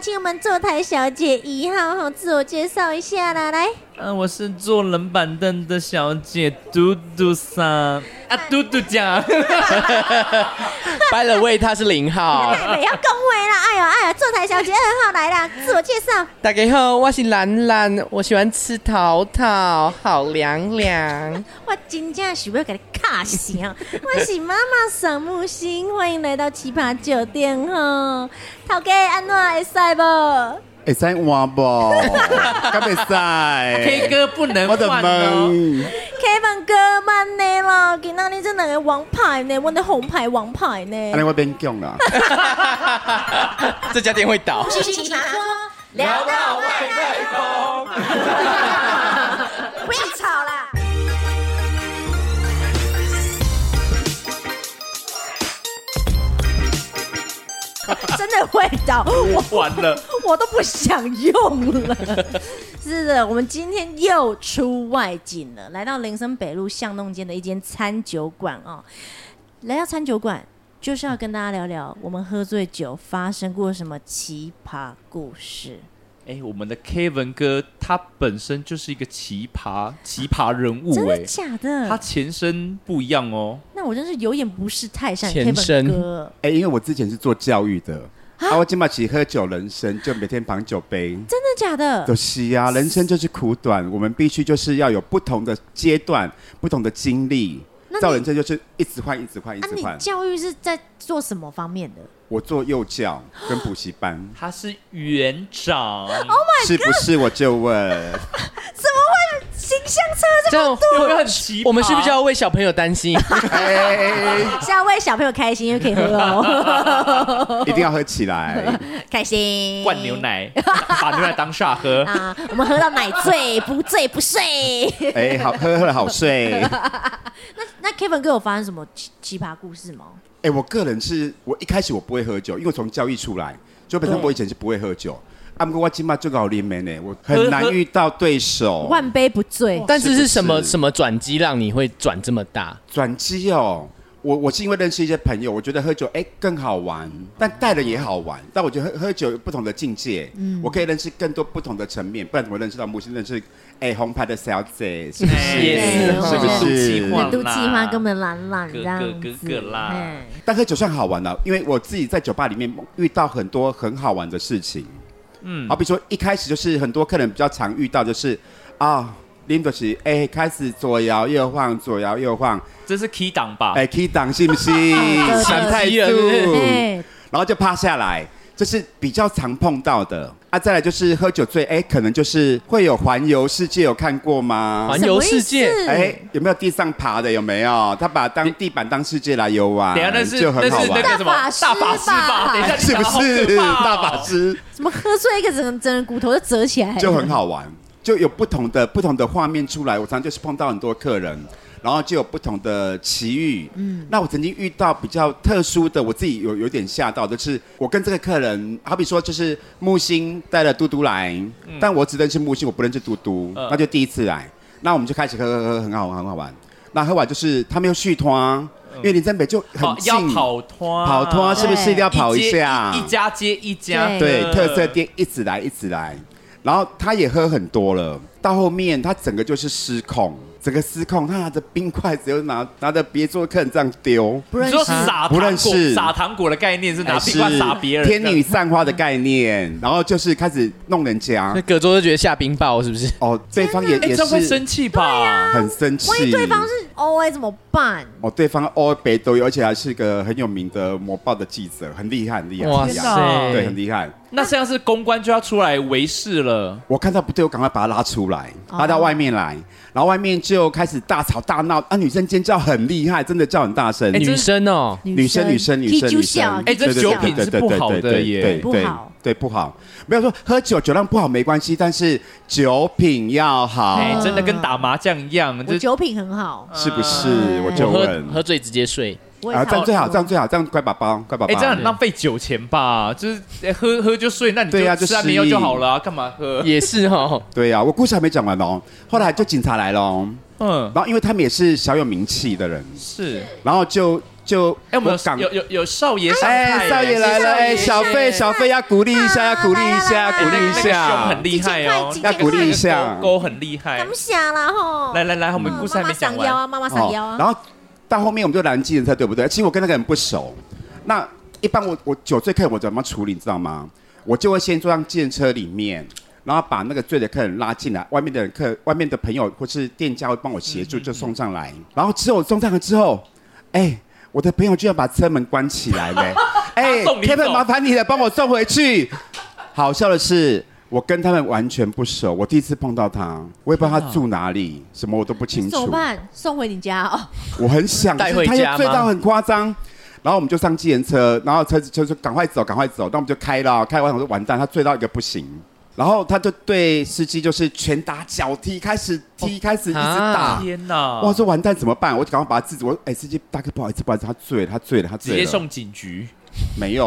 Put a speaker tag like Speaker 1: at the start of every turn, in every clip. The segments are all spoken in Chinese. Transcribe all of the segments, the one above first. Speaker 1: 请我们坐台小姐一号哈，自我介绍一下啦，来，
Speaker 2: 嗯，我是坐冷板凳的小姐嘟嘟桑啊，嘟嘟酱，
Speaker 1: 哎
Speaker 3: By the way，他是零 号。
Speaker 1: 哎，不要恭维啦，哎呦哎呦，坐台小姐二号来啦，自我介绍，
Speaker 3: 大家好，我是兰兰，我喜欢吃桃桃，好凉凉。
Speaker 1: 我真正是要给你卡死啊！我是妈妈沈木星，欢迎来到奇葩酒店哈，头家安怎会使不？
Speaker 4: 会使换 不？敢袂使
Speaker 2: K 歌不能
Speaker 4: 我的啊
Speaker 2: 换哦。
Speaker 4: 门，
Speaker 1: Kevin 哥慢呢啦，今仔日这两个王牌呢，我的红牌王牌
Speaker 4: 安尼
Speaker 1: 呢。
Speaker 4: 我变强啦。
Speaker 3: 这家店会倒。
Speaker 1: 奇葩说聊到外太空，不要吵 啦！真的会倒，我
Speaker 2: 完了，
Speaker 1: 我都不想用了。是的，我们今天又出外景了，来到林森北路巷弄间的一间餐酒馆哦。来到餐酒馆，就是要跟大家聊聊我们喝醉酒发生过什么奇葩故事。
Speaker 2: 哎，我们的 Kevin 哥他本身就是一个奇葩奇葩人
Speaker 3: 哦
Speaker 2: 物
Speaker 1: 真的
Speaker 2: 哎，
Speaker 1: 假
Speaker 2: 他
Speaker 1: 的？
Speaker 2: 前身不一样哦。，
Speaker 1: 那我真是有眼不识泰山。
Speaker 3: 前
Speaker 1: Kevin
Speaker 3: 身
Speaker 1: 哥，
Speaker 4: 哎、因为我之前是做教育的，啊，我今把起喝酒人生，就每天绑酒杯。
Speaker 1: 真的假的
Speaker 4: 都？是啊，人生就是苦短，我们必须就是要有不同的阶段、不同的经历
Speaker 1: 那你。
Speaker 4: 到人生就是一直换、一直换、一
Speaker 1: 啊，
Speaker 4: 直
Speaker 1: 你
Speaker 4: 换。
Speaker 1: 教育是在做什么方面的？
Speaker 4: 我做幼教跟补习
Speaker 1: Oh
Speaker 4: 班
Speaker 2: 他是园长，
Speaker 4: 是不是？我 就问，
Speaker 1: 形象差
Speaker 3: 这样
Speaker 2: 有没有
Speaker 3: 会
Speaker 2: 很奇葩？
Speaker 3: 我们是不是要为小朋友担心？
Speaker 4: 哎，
Speaker 1: 是要为小朋友开心，因为可以喝 哦，
Speaker 4: 一定要喝 起来。
Speaker 1: 开心。
Speaker 2: 灌牛奶，把牛奶当下 喝？
Speaker 1: 啊，我们喝到奶醉，不醉不睡。
Speaker 4: 哎、好喝喝了好睡。
Speaker 1: 那 Kevin 哥有发生什么奇奇葩故事吗？
Speaker 4: 哎、我个人是我一开始我不会喝酒，因为我从教育出来，就本身
Speaker 1: 对
Speaker 4: 我以前是不会喝酒。啊，不过我今嘛最搞连妹呢，我
Speaker 2: 喝
Speaker 4: 很难
Speaker 2: 喝
Speaker 4: 遇到对手。
Speaker 1: 万杯不
Speaker 4: 哦
Speaker 1: 醉，
Speaker 3: 但是是什 么
Speaker 4: 是
Speaker 3: 什么转机让你会转这么大？
Speaker 4: 转机哦，我我是因为认识一些朋友，我觉得喝酒哎、更好玩，但带人也好玩。但我觉得喝喝酒有不同的境界，
Speaker 2: 嗯
Speaker 4: 我可以认识更多不同的层面，不然怎么认识到木星？认识哎、红牌的小姐是不是？
Speaker 2: 也
Speaker 3: 是哦
Speaker 4: 是不
Speaker 2: 人
Speaker 4: 是
Speaker 2: 都？
Speaker 1: 冷都
Speaker 2: 忘啦
Speaker 1: 计划根本懒懒
Speaker 2: 咯
Speaker 1: 这样
Speaker 2: 咯咯
Speaker 1: 子。
Speaker 2: 咯啦
Speaker 1: 嘿
Speaker 4: 但喝酒算好玩了、因为我自己在酒吧里面遇到很多很好玩的事情。嗯，好比说一开始就是很多客人比较常遇到就是啊，林德奇哎开始左摇右晃，左摇右晃，
Speaker 2: 这是 key 档吧？
Speaker 4: 哎 key 档是不 是？
Speaker 1: 对
Speaker 4: 想太
Speaker 3: 急了是不是
Speaker 2: 嗯
Speaker 4: 多，
Speaker 1: 嘿
Speaker 4: 然后就趴下来，这是比较常碰到的。啊，再来就是喝酒醉，哎，可能就是会有环游世界，有看过吗？
Speaker 3: 环游世界
Speaker 1: 什么意思
Speaker 4: 哎，有没有地上爬的？有没有？他把当地板当世界来游玩，
Speaker 2: 等一下那是
Speaker 4: 就很
Speaker 2: 那
Speaker 4: 好
Speaker 2: 是那
Speaker 4: 玩，
Speaker 2: 个什么
Speaker 1: 大法师吧
Speaker 2: 法师吧？等一下你
Speaker 4: 是
Speaker 2: 讲
Speaker 4: 不
Speaker 2: 得好
Speaker 4: 是
Speaker 2: 可怕哦
Speaker 4: 大法师
Speaker 1: 怎么喝醉一个整整个骨头就折起来？
Speaker 4: 就很。好玩？就有不同的不同的画面出来。我常常就是碰到很多客人，然后就有不同的奇遇。嗯，那我曾经遇到比较特殊的，我自己有有点吓到，就是我跟这个客人，好比说就是木星带了嘟嘟来，但我只认识木星，我不认识嘟嘟，
Speaker 2: 嗯
Speaker 4: 那就第一次来，那我们就开始喝喝喝，很好玩，很好玩。那喝完就是他们又续团，因为林森北就很
Speaker 2: 跑
Speaker 4: 近，
Speaker 2: 嗯哦要跑脱，
Speaker 4: 跑脱是不是一定要跑
Speaker 2: 一
Speaker 4: 一
Speaker 2: 街
Speaker 4: 下？
Speaker 2: 一一家接一家，
Speaker 4: 对，特色店一直来，一直来。然后他也喝很多了，到后面他整个就是失控，整个失控，他拿着冰块只有拿拿着别桌客人这样丢，
Speaker 1: 不认
Speaker 2: 你
Speaker 1: 识
Speaker 2: 说撒
Speaker 4: 不
Speaker 2: 糖
Speaker 4: 认
Speaker 2: 果
Speaker 4: 识
Speaker 2: 撒糖果的概念是拿
Speaker 4: 还
Speaker 2: 屁瓜
Speaker 4: 是
Speaker 2: 撒别人，
Speaker 4: 天女散花的概念，然后就是开始弄人家
Speaker 3: 那，葛卓就觉得下冰雹是不是？
Speaker 4: 哦，对方也
Speaker 2: 哎，
Speaker 4: 也
Speaker 2: 这样会
Speaker 4: 是
Speaker 2: 生气吧？
Speaker 4: 很生
Speaker 1: 万
Speaker 4: 气，
Speaker 1: 一对方是 O A 怎么办？
Speaker 4: 哦，对方欧北都有，而且还是个很有名的魔报的记者，很厉害，很厉害，很厉害
Speaker 2: 塞
Speaker 4: 对，很厉害。
Speaker 2: 那这样是公关就要出来维视了，
Speaker 4: 我看到不对，我赶快把他拉出来，
Speaker 1: 哦
Speaker 4: 拉到外面来，然后外面就开始大吵大闹啊！女生尖叫很厉害，真的叫很大声。
Speaker 2: 哎
Speaker 3: 女生哦，
Speaker 4: 女生女生女生女生，
Speaker 2: 哎这
Speaker 4: 对对
Speaker 2: 酒
Speaker 4: 对
Speaker 2: 品
Speaker 4: 对
Speaker 2: 是
Speaker 4: 对
Speaker 2: 不
Speaker 4: 对
Speaker 2: 好
Speaker 4: 对
Speaker 2: 的
Speaker 4: 对
Speaker 2: 耶
Speaker 4: 对
Speaker 1: 不
Speaker 4: 对
Speaker 1: 好
Speaker 4: 对不好。没有说喝酒酒量不好没关系，但是酒品要好，
Speaker 2: 哎，真的跟打麻将一样，
Speaker 1: 我
Speaker 2: 就
Speaker 1: 酒品很好，
Speaker 4: 是不是
Speaker 1: 嗯？
Speaker 4: 我
Speaker 3: 我
Speaker 4: 就
Speaker 3: 喝
Speaker 4: 问，
Speaker 3: 喝醉直接睡，
Speaker 1: 我也
Speaker 4: 啊，
Speaker 1: 差
Speaker 4: 这样
Speaker 1: 不
Speaker 4: 最好，
Speaker 1: 多
Speaker 4: 这样最好，这样乖宝宝，乖宝
Speaker 2: 哎
Speaker 4: 宝。
Speaker 2: 这样很浪费酒钱吧？就是哎喝喝就睡，那你
Speaker 4: 对啊
Speaker 2: 就
Speaker 4: 就
Speaker 2: 吃安眠药
Speaker 4: 失忆
Speaker 2: 就好了啊，干嘛喝？
Speaker 3: 也是 哦。
Speaker 4: 对呀，我故事还没讲完哦。后来就警察来了哦，
Speaker 2: 嗯，
Speaker 4: 然后因为他们也是小有名气的人，
Speaker 2: 是
Speaker 4: 然后就。就
Speaker 2: 哎，我们
Speaker 4: 港
Speaker 2: 有有有有少爷上菜
Speaker 4: 哎
Speaker 2: 耶，
Speaker 4: 少爷来了，哎，
Speaker 1: 谢谢
Speaker 4: 小费小费要鼓励一下，要鼓励一下，
Speaker 1: 来来来
Speaker 4: 哎
Speaker 2: 那
Speaker 4: 鼓励一
Speaker 2: 个胸
Speaker 4: 下
Speaker 2: 很。厉害哦，
Speaker 1: 几千块几千块
Speaker 2: 那个
Speaker 1: 要鼓励
Speaker 4: 一下
Speaker 2: 勾勾很厉害
Speaker 1: 敢。想啦吼。
Speaker 2: 哎来来来，我
Speaker 1: 嗯，
Speaker 2: 们故事
Speaker 1: 妈
Speaker 2: 还
Speaker 1: 妈
Speaker 2: 没讲
Speaker 1: 想要
Speaker 2: 完。
Speaker 1: 啊，妈妈想要
Speaker 4: 哦
Speaker 1: 啊。
Speaker 4: 然后到后面我们就拦计程车，对不对？其实我跟那个人不熟，那一般我我酒醉客人我怎么处理，你知道吗？我就会先坐上计程车里面。然后把那个醉的客人拉进来，外面的客、外面的朋友或是店家会帮我协助，就送上来。然后之后送上来之后，哎，我的朋友居然把车门关起来了。
Speaker 2: 他
Speaker 4: 哎
Speaker 2: 送你走
Speaker 4: ，Kevin，麻烦你了，帮我送回去。好笑的是，我跟他们完全不熟，我第一次碰到他，我也不知道他住哪里，什么我都不清
Speaker 1: 怎么
Speaker 4: 楚。
Speaker 1: 办？送回你家哦。
Speaker 4: 我很想，
Speaker 2: 带
Speaker 4: 但
Speaker 2: 回
Speaker 4: 是
Speaker 2: 家吗
Speaker 4: 他又醉到很夸张。然后我们就上计程车，然后车子就说赶快走，赶快走。那我们就开了，开完我说完蛋，他醉到一个不行。然后他就对司机就是拳打脚踢，开始
Speaker 2: 哦
Speaker 4: 踢，开始一直打。
Speaker 3: 啊
Speaker 2: 天哪！
Speaker 4: 哇，我说完蛋怎么办？我就赶快把他制止。我说哎，司机大哥不好意思，不好意思，他醉了，他醉了，他
Speaker 2: 直
Speaker 4: 醉了。
Speaker 2: 接送警局，
Speaker 4: 没有？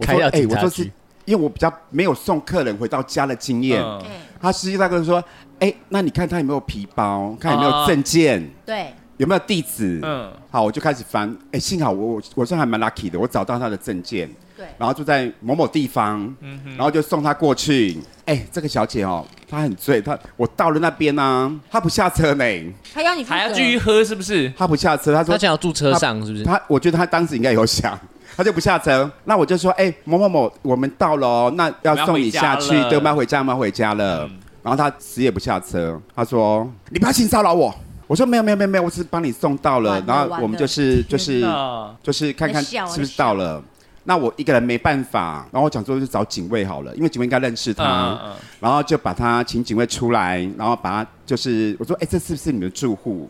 Speaker 4: 我
Speaker 5: 开
Speaker 4: 说
Speaker 5: 到
Speaker 4: 哎，
Speaker 5: 警
Speaker 4: 我
Speaker 5: 察
Speaker 4: 说是
Speaker 5: 局
Speaker 4: 因为我比较没有送客人回到家的经验。
Speaker 2: 嗯
Speaker 1: 哎
Speaker 4: 他司机大哥说哎，那你看他有没有皮包，看有没有
Speaker 2: 啊
Speaker 4: 证件，
Speaker 1: 对，
Speaker 4: 有没有地址？
Speaker 2: 嗯，
Speaker 4: 好，我就开始翻，哎、幸好我我我算还蛮 lucky 的，我找到他的证件，
Speaker 1: 对
Speaker 4: 然后就在某某地方，然后就送他过去。哎、这个小姐哦，她很醉，她我到了那边呢、啊，她不下车呢，
Speaker 1: 还要你
Speaker 2: 还要
Speaker 1: 负责
Speaker 2: 继续喝是不是？
Speaker 4: 她不下车，她说
Speaker 5: 他想要住车上是不是？
Speaker 4: 他，我觉得他当时应该有想，他就不下车。那我就说，哎、某某某，我们到了哦，那要送你下去
Speaker 2: 我们要回家，了嗯
Speaker 4: 对，我们要回家，我们要回家了。然后他死也不下车，他说：“你不要性骚扰我。”我说：“没有，没有，没有，没有，我只是帮你送到了。
Speaker 1: 完了
Speaker 4: 然后我
Speaker 1: 完了
Speaker 4: 们就是就
Speaker 2: 天
Speaker 4: 是
Speaker 2: 哪
Speaker 4: 就是看看
Speaker 1: 在笑啊
Speaker 4: 是
Speaker 1: 在
Speaker 4: 不是
Speaker 1: 笑
Speaker 4: 到了。”那我一个人没办法，然后我讲说就找警卫好了，因为警卫应该认识他。
Speaker 2: 嗯，嗯
Speaker 4: 然后就把他请警卫出来，然后把他就是我说，哎、这是不是你们的住户？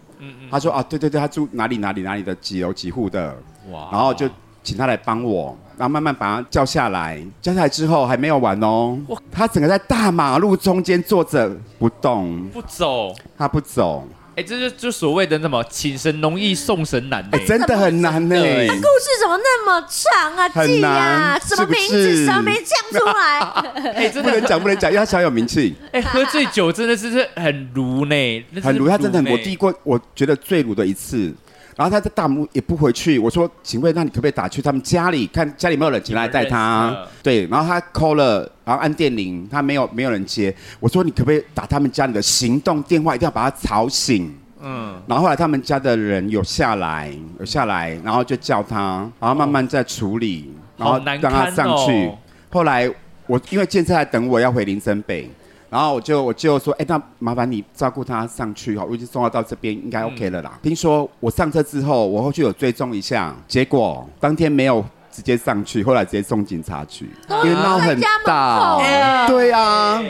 Speaker 4: 他说啊，对对对，他住哪里哪里哪里的几楼几户的，
Speaker 2: 哇
Speaker 4: 然后就请他来帮我，然后慢慢把他叫下来，叫下来之后还没有完哦，他整个在大马路中间坐着不动，
Speaker 2: 不走。
Speaker 4: 他不走，
Speaker 2: 哎，这就就所谓的那么请神容易送神难呢
Speaker 4: 哎、真的很难欸呢、
Speaker 5: 真的哎
Speaker 1: 故事怎么那么长啊？
Speaker 4: 很
Speaker 1: 记啊，
Speaker 4: 难
Speaker 1: 什么名
Speaker 4: 哎是不
Speaker 1: 字
Speaker 4: 是
Speaker 1: 什么没讲出 来？
Speaker 2: 哎，真
Speaker 4: 不能
Speaker 2: 的
Speaker 4: 讲不能讲，因为他小有名气，
Speaker 2: 哎，喝醉酒真的是是很如呢，那是
Speaker 4: 很鲁，他真的很
Speaker 2: 呢
Speaker 4: 我第一过，我觉得最鲁的一次。然后他在大幕也不回去，我说：“警卫，那你可不可以打去他们家里，看家里有没有人进来带
Speaker 2: 有没
Speaker 4: 他
Speaker 2: 有认识？”
Speaker 4: 对，然后他 call 了，然后按电铃，他没有没有人接。我说：“你可不可以打他们家里的行动电话，一定要把他吵醒？”
Speaker 2: 嗯，
Speaker 4: 然后后来他们家的人有下来，有下来，然后就叫他，然后慢慢再处理，然
Speaker 2: 哦好
Speaker 4: 后
Speaker 2: 难
Speaker 4: 让
Speaker 2: 堪
Speaker 4: 他上去
Speaker 2: 哦。
Speaker 4: 后来我因为建设在等我要回林森北，然后我就我就说，哎，那麻烦你照顾他上去哈，我已经送他到这边，应该 OK 了啦。听说我上车之后，我后续有追踪一下，结果当天没有。直接上去，后来直接送警察局，
Speaker 1: 都
Speaker 4: 因为闹很大
Speaker 1: 在家门。口
Speaker 4: 对啊，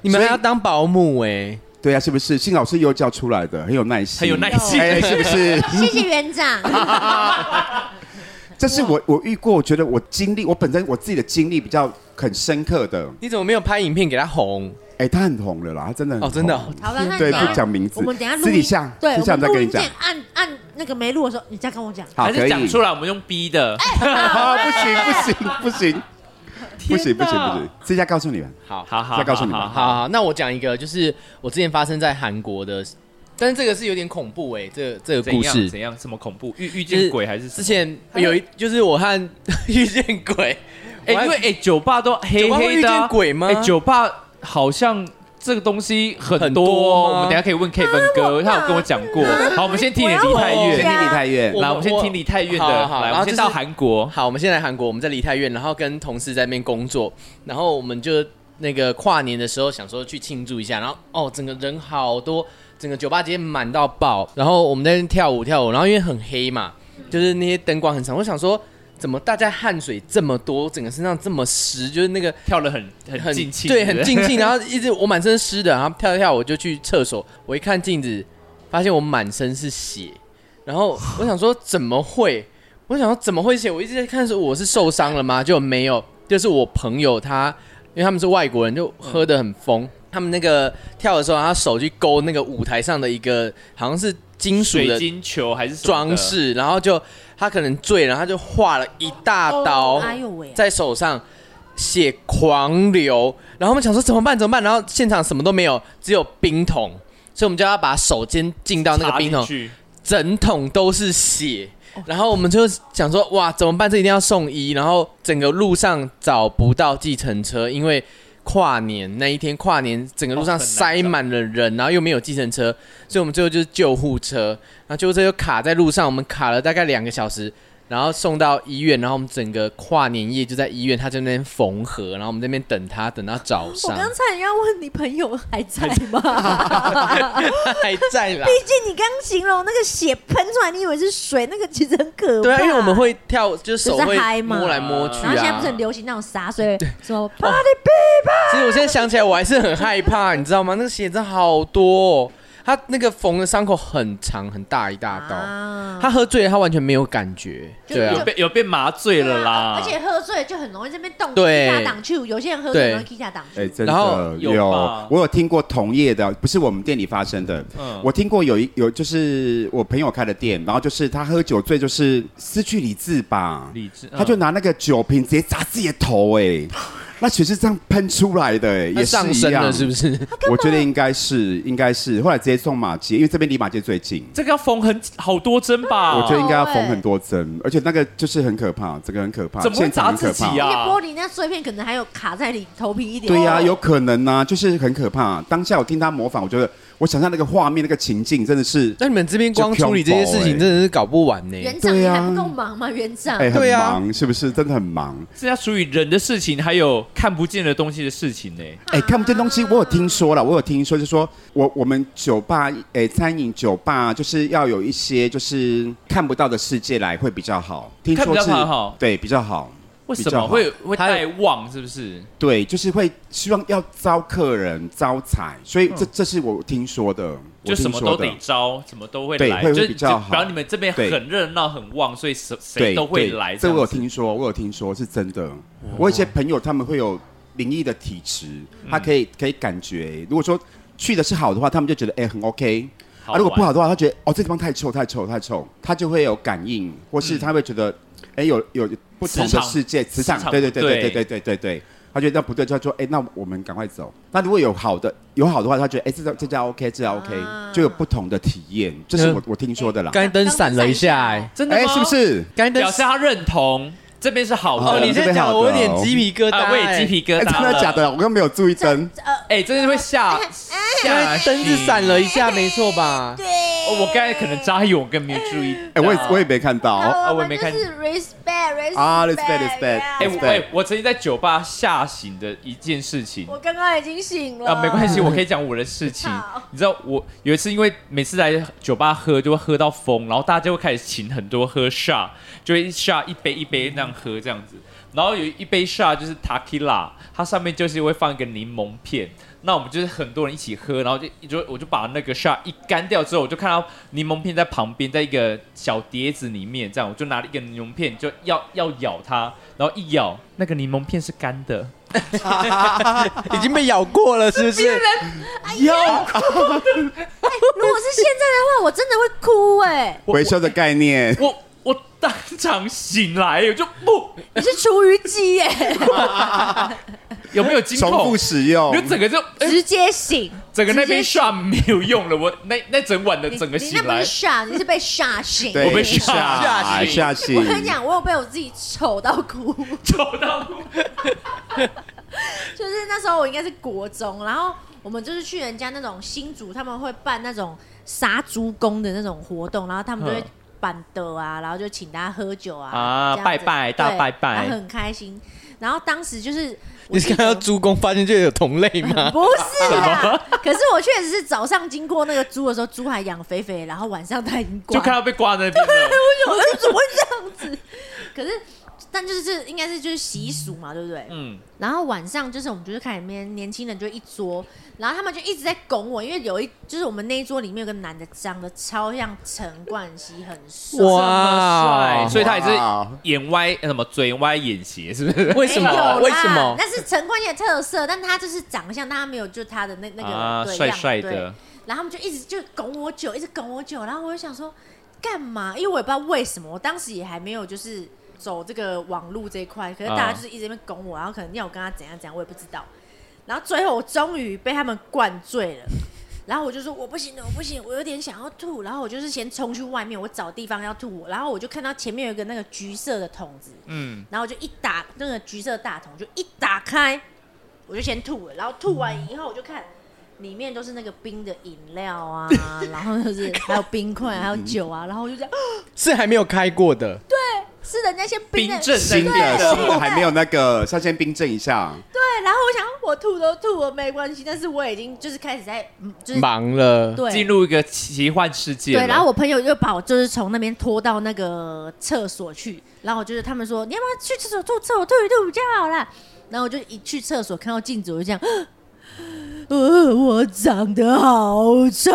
Speaker 5: 你们还要当保姆哎，
Speaker 4: 对啊，是不是？幸好是幼教出来的，很有耐心，
Speaker 2: 很有耐心
Speaker 4: 哎，是不是？
Speaker 1: 谢谢园长，
Speaker 4: 这是我我遇过，我觉得我经历，我本身我自己的经历比较很深刻的。
Speaker 5: 你怎么没有拍影片给他红？
Speaker 4: 哎、他很红了啦，他真的很
Speaker 5: 哦，真的哦
Speaker 4: 红，
Speaker 1: 好了，那
Speaker 4: 对，
Speaker 1: 你等下
Speaker 4: 不讲名字，
Speaker 1: 我们等一下录
Speaker 4: 私底
Speaker 1: 音
Speaker 4: 下，
Speaker 1: 对，
Speaker 4: 私底下
Speaker 1: 我们
Speaker 4: 再
Speaker 1: 录
Speaker 4: 跟你
Speaker 1: 音键
Speaker 4: 讲。
Speaker 1: 按按那个没录的时候，你再跟我讲。
Speaker 4: 好，
Speaker 2: 还
Speaker 4: 可
Speaker 2: 是
Speaker 4: 以。
Speaker 2: 讲出来，我们用逼的。
Speaker 4: 啊，
Speaker 1: 哎
Speaker 4: 不行不行不行不行不行不行，私底下告诉你们。
Speaker 5: 好
Speaker 2: 好好，
Speaker 4: 再告诉你们
Speaker 5: 好好，那我讲一个，就是我之前发生在韩国的，但是这个是有点恐怖哎、这个这个
Speaker 2: 怎
Speaker 5: 故
Speaker 2: 样
Speaker 5: 事
Speaker 2: 怎样？什么恐怖？遇遇
Speaker 5: 就是
Speaker 2: 见鬼还是什
Speaker 5: 之
Speaker 2: 么？
Speaker 5: 前有一，就是我和 遇见鬼，
Speaker 2: 哎，
Speaker 5: 我和
Speaker 2: 因为哎，酒吧都黑
Speaker 5: 酒吧会
Speaker 2: 黑
Speaker 5: 遇
Speaker 2: 的啊
Speaker 5: 见鬼吗
Speaker 2: 哎，酒吧好像这个东西很
Speaker 5: 很
Speaker 2: 多
Speaker 5: 多
Speaker 2: 哦，
Speaker 5: 吗
Speaker 2: 我们等一下可以问 Kevin 哥，他有跟我讲过。好，我们先听点离太
Speaker 4: 先
Speaker 1: 对
Speaker 2: 远
Speaker 1: 啊
Speaker 4: 听李太远
Speaker 5: 我，
Speaker 2: 来，我们先听离太远
Speaker 5: 好
Speaker 2: 的，
Speaker 5: 好好
Speaker 2: 来，
Speaker 5: 然
Speaker 2: 我
Speaker 5: 后
Speaker 2: 们先
Speaker 5: 就是
Speaker 2: 到韩国。
Speaker 5: 好，我们现在韩国，我们在梨泰院，然后跟同事在那边工作，然后我们就那个跨年的时候想说去庆祝一下，然后哦，整个人好多，整个酒吧街满到爆，然后我们在那边跳舞跳舞，然后因为很黑嘛，
Speaker 2: 嗯
Speaker 5: 就是那些灯光很长，我想说怎么大家汗水这么多，整个身上这么湿，就是那个
Speaker 2: 跳得很很尽情，
Speaker 5: 对，很
Speaker 2: 近
Speaker 5: 尽兴，然后一直我满身湿的，然后跳一跳，我就去厕所，我一看镜子，发现我满身是血，然后我想说怎么会？我想说怎么会血？我一直在看说我是受伤了吗？就没有，就是我朋友他，因为他们是外国人，就喝得很疯。他们那个跳的时候，他手去勾那个舞台上的一个好像是金属
Speaker 2: 水
Speaker 5: 的
Speaker 2: 晶球还是什么的
Speaker 5: 装？饰，然后就他可能醉了，然后他就划了一大刀。
Speaker 1: 哎呦喂啊，
Speaker 5: 在手上血狂流，然后我们想说怎么办怎么办，然后现场什么都没有，只有冰桶，所以我们就要把手先浸到那个
Speaker 2: 插
Speaker 5: 冰哦
Speaker 2: 进
Speaker 5: 桶，
Speaker 2: 去
Speaker 5: 整桶都是血，
Speaker 1: 哦
Speaker 5: 然后我们就想说，哇，怎么办？这一定要送医。然后整个路上找不到计程车，因为跨年那一天跨年，整个路上
Speaker 2: 哦很难
Speaker 5: 塞
Speaker 2: 找
Speaker 5: 满了人，然后又没有计程车，所以我们最后就是救护车。然后救护车又卡在路上，我们卡了大概两个小时，然后送到医院。然后我们整个跨年夜就在医院，他就在那边缝合，然后我们在那边等他，等到早
Speaker 1: 我
Speaker 5: 上
Speaker 1: 刚才要问你朋友还在吗？
Speaker 5: 还在 啦。
Speaker 1: 毕竟你刚形容那个血喷出来，你以为是水，那个其实很可怕。
Speaker 5: 对啊，因为我们。会跳，就是手
Speaker 1: 就是
Speaker 5: 会
Speaker 1: 嗨嘛
Speaker 5: 摸来摸去
Speaker 1: 然后现在不
Speaker 5: 啊
Speaker 1: 是。很流行那种洒水，什么 p
Speaker 5: 其实我现在想起来，我还是很害怕，你知道吗？那个血真的好多、哦，他那个缝的伤口很长，很大一大刀。
Speaker 1: 啊
Speaker 5: 他喝醉了，他完全没有感觉。
Speaker 1: 就
Speaker 5: 对
Speaker 2: 有
Speaker 5: 啊，
Speaker 2: 被有被麻醉了啦，
Speaker 1: 啊而且喝醉就很容易这边动
Speaker 5: 对
Speaker 1: 踢下挡去，有些人喝醉
Speaker 5: 对
Speaker 1: 容易踢下挡
Speaker 4: 哎、
Speaker 1: 去。
Speaker 4: 真
Speaker 5: 然后
Speaker 4: 的
Speaker 2: 有吧
Speaker 4: 我有听过同业的，不是我们店里发生的。
Speaker 2: 嗯
Speaker 4: 我听过有一有，就是我朋友开的店，然后就是他喝酒醉，就是失去理智吧，
Speaker 2: 理智
Speaker 5: 嗯
Speaker 2: 嗯
Speaker 4: 他就拿那个酒瓶直接砸自己的 头、哎，那血是这样喷出来的、哎，
Speaker 5: 他
Speaker 4: 也是
Speaker 5: 上
Speaker 4: 一
Speaker 1: 啊
Speaker 5: 身
Speaker 4: 样
Speaker 5: 了，是不是？
Speaker 4: 我觉得应该是，应该是。后来直接送马街，因为这边离马街最近，
Speaker 2: 这个要缝很好多针吧？
Speaker 5: 啊
Speaker 4: 我觉得应该要缝
Speaker 1: 哎
Speaker 4: 很多针，而且那个就是很可怕，这个很可怕，
Speaker 2: 怎么会
Speaker 4: 现
Speaker 2: 砸
Speaker 4: 场很
Speaker 2: 自
Speaker 4: 可
Speaker 2: 己
Speaker 4: 怕。
Speaker 1: 而且
Speaker 2: 啊？
Speaker 1: 玻璃那碎片可能还有卡在你头皮一点。哦
Speaker 4: 对呀、有可能呐、就是很可怕。当下我听他模仿，我觉得我想象那个画面、那个情境，真的是
Speaker 5: 那你们这边光处理这些事
Speaker 4: 就恐怖
Speaker 5: 情，
Speaker 4: 欸
Speaker 5: 真的是搞不完呢、
Speaker 1: 园长你
Speaker 4: 对
Speaker 1: 还
Speaker 4: 啊
Speaker 1: 不够忙吗？园长，
Speaker 4: 哎、很
Speaker 5: 对啊
Speaker 4: 忙，是不是？真的很忙。
Speaker 2: 是要属于人的事情，还有看不见的东西的事情呢、
Speaker 4: 哎、看不见东西，我有听说了，我有听说，就是说我我们酒吧，哎、餐饮酒吧就是要有一些就是看不到的世界来会比较好。听
Speaker 2: 看不
Speaker 4: 说
Speaker 2: 到
Speaker 4: 是
Speaker 2: 它好
Speaker 4: 对，比较好。
Speaker 2: 为
Speaker 4: 比
Speaker 2: 什
Speaker 4: 较
Speaker 2: 么
Speaker 4: 好
Speaker 2: 会会
Speaker 5: 还
Speaker 2: 带
Speaker 5: 有
Speaker 2: 旺？是不是？
Speaker 4: 对，就是会希望要招客人、招财，所以这、这是我听说的，
Speaker 2: 嗯就
Speaker 4: 我
Speaker 2: 什
Speaker 4: 听
Speaker 2: 么都
Speaker 4: 说的
Speaker 2: 得。招，什么都会
Speaker 4: 对
Speaker 2: 来，
Speaker 4: 会
Speaker 2: 就
Speaker 4: 会
Speaker 2: 是
Speaker 4: 比较
Speaker 2: 就
Speaker 4: 好
Speaker 2: 表示你们这边
Speaker 4: 对
Speaker 2: 很热闹、很旺，所以谁谁
Speaker 4: 对，
Speaker 2: 都会
Speaker 4: 对
Speaker 2: 来。
Speaker 4: 这我有
Speaker 2: 样子
Speaker 4: 听说，我有听说是真的。我有一些朋友他们会有灵异的体质，
Speaker 2: 嗯
Speaker 4: 他可以可以感觉，如果说去的是好的话，他们就觉得哎、很 OK。
Speaker 2: 好
Speaker 4: 啊，
Speaker 2: 玩
Speaker 4: 如果不好的话，他觉得哦这地方太臭太臭太臭，他就会有感应，或是他会觉得哎、有有不同
Speaker 2: 磁
Speaker 4: 的
Speaker 2: 场
Speaker 4: 世界磁场
Speaker 2: 磁，场
Speaker 4: 对对对
Speaker 2: 不
Speaker 4: 对
Speaker 2: 对
Speaker 4: 对对对对对。他觉得那不对，他说：“哎、那我们赶快走。”那如果有好的，有好的话，他觉得：“哎、这家这家 OK，这家 OK，、
Speaker 1: 啊
Speaker 4: 就有不同的体验。”这是我
Speaker 5: 嗯
Speaker 4: 我听说的
Speaker 1: 欸
Speaker 4: 啦。
Speaker 5: 刚才灯闪了一下、欸，
Speaker 2: 真的
Speaker 4: 哎、
Speaker 2: 吗？
Speaker 4: 是不？是？
Speaker 5: 刚才灯
Speaker 2: 表示他认同这边是好
Speaker 4: 哦
Speaker 5: 哦，
Speaker 2: 的，
Speaker 5: 你
Speaker 4: 这
Speaker 5: 现在
Speaker 4: 边
Speaker 5: 讲
Speaker 4: 好
Speaker 5: 的
Speaker 4: 的
Speaker 5: 我有点鸡皮疙瘩、
Speaker 2: 啊，我也鸡。皮疙
Speaker 4: 哎、
Speaker 2: 瘩，
Speaker 4: 真的假？的？我又没有注意灯。
Speaker 1: 呃，
Speaker 2: 哎，真的会吓
Speaker 5: 刚
Speaker 2: 吓
Speaker 5: 才
Speaker 2: 醒
Speaker 5: 灯是闪了一下，没错吧？
Speaker 1: 对，
Speaker 2: 哦我刚才可能扎眼，我更没有注意到。
Speaker 4: 哎、我也我也没看
Speaker 1: 然
Speaker 4: 到。
Speaker 1: 后
Speaker 2: 啊
Speaker 1: 我
Speaker 2: 我
Speaker 1: 们
Speaker 2: 也没
Speaker 1: 就
Speaker 2: 看
Speaker 1: 是 respect，respect
Speaker 4: 啊，respect，respect，
Speaker 2: 哎
Speaker 1: 呀
Speaker 2: 我
Speaker 4: respect
Speaker 2: 哎，我曾经在酒吧吓醒的一件事情
Speaker 1: 我刚刚已经醒了
Speaker 2: 啊，没关系，我可以讲我的事情
Speaker 1: 好。
Speaker 2: 你知道我有一次，因为每次来酒吧喝就会喝到疯，然后大家就会开始请很多喝 shot，就会 shot 一杯一杯那样喝这样子。然后有一杯 shot 就是 tequila，它上面就是会放一个柠檬片。那我们就是很多人一起喝，然后就就我就把那个 shot 一干掉之后，我就看到柠檬片在旁边，在一个小碟子里面，这样我就拿了一个柠檬片就要要咬它，然后一咬那个柠檬片是干的。
Speaker 5: 已经被咬过了，是不 是？
Speaker 1: 哎如果是现在的话，我真的会哭哎！
Speaker 4: 回收的概念。
Speaker 2: 我我当场醒来，我就哦不
Speaker 1: 你是厨余机哎耶，
Speaker 2: 有没有惊
Speaker 4: 重
Speaker 2: 恐
Speaker 4: 复，使用
Speaker 2: 我就，整个就哎、
Speaker 1: 直接醒，
Speaker 2: 整个那
Speaker 1: 直
Speaker 2: 边
Speaker 1: 接
Speaker 2: 刷没有用了，我那那整晚的
Speaker 1: 你
Speaker 2: 整个
Speaker 1: 你
Speaker 2: 醒
Speaker 1: 那不
Speaker 2: 来
Speaker 1: 是，吓，你是被吓 醒。
Speaker 4: 对，
Speaker 2: 我被吓
Speaker 4: 吓
Speaker 2: 醒
Speaker 4: 吓醒。
Speaker 1: 我跟你讲，我有被我自己丑到哭。
Speaker 2: 丑 到哭
Speaker 1: 就是那时候我应该是国中，然后我们就是去人家那种新竹，他们会办那种杀猪公的那种活动，然后他们就会
Speaker 2: 嗯
Speaker 1: 板凳啊，然后就请大家喝酒啊，
Speaker 2: 啊
Speaker 1: 这样子
Speaker 2: 拜拜大
Speaker 1: 对
Speaker 2: 拜拜
Speaker 1: 然后很开心。然后当时就是我
Speaker 5: 你是
Speaker 1: 记得
Speaker 5: 看到猪公发现就有同类吗？
Speaker 1: 不是啦，可是我确实是早上经过那个猪的时候，猪还养肥肥，然后晚上它已经
Speaker 2: 就
Speaker 1: 挂
Speaker 2: 看到被挂在那 边了。
Speaker 1: 我就怎么会这样子？ 可是，但就是这应该是就是习俗嘛，对不对？
Speaker 2: 嗯，
Speaker 1: 然后晚上就是我们就是看里面年轻人就一桌，然后他们就一直在拱我，因为有一就是我们那一桌里面有个男的长得超像陈冠希，很帅。
Speaker 5: 哇
Speaker 2: 哇，哎所以他也是
Speaker 4: 哇
Speaker 2: 眼歪呃什么嘴歪眼斜，是不是？
Speaker 5: 为什
Speaker 1: 没有
Speaker 5: 么？
Speaker 1: 啦
Speaker 5: 为什么？
Speaker 1: 那是陈冠希的特色，但他就是长相，但他没有就他的那那个
Speaker 2: 啊，
Speaker 1: 对
Speaker 2: 帅
Speaker 1: 样子
Speaker 2: 帅
Speaker 1: 对
Speaker 2: 的，
Speaker 1: 然后他们就一直就拱我酒，一直拱我酒，然后我就想说干嘛？因为我也不知道为什么，我当时也还没有就是走这个网路这一块，可是大家
Speaker 2: 啊
Speaker 1: 就是一直在那边拱我，然后可能要我跟他怎样怎样，我也不知道。然后最后我终于被他们灌醉了，然后我就说我不行了，我不行，我有点想要吐。然后我就是先冲去外面，我找地方要吐。然后我就看到前面有一个那个橘色的桶子，
Speaker 2: 嗯，
Speaker 1: 然后我就一打那个橘色大桶，就一打开，我就先吐了。然后吐完以后，我就看里面都是那个冰的饮料 啊，然后就是还有冰块，还有酒
Speaker 2: 嗯
Speaker 1: 啊。然后我就这样，
Speaker 5: 是还没有开过的，
Speaker 1: 是人家先冰的
Speaker 2: 冰镇
Speaker 4: 新的
Speaker 2: 对
Speaker 4: 新的还没有那个，要先冰镇一下。
Speaker 1: 对，然后我想我吐都吐了没关系，但是我已经就是开始在嗯就是
Speaker 5: 忙了。
Speaker 1: 对
Speaker 2: 进入一个奇幻世界了。
Speaker 1: 对，然后我朋友就把我就是从那边拖到那个厕所去，然后我就是他们说你要不要去厕所吐厕所吐一吐比较好啦。然后我就一去厕所看到镜子，我就这样， 呃，我长得好丑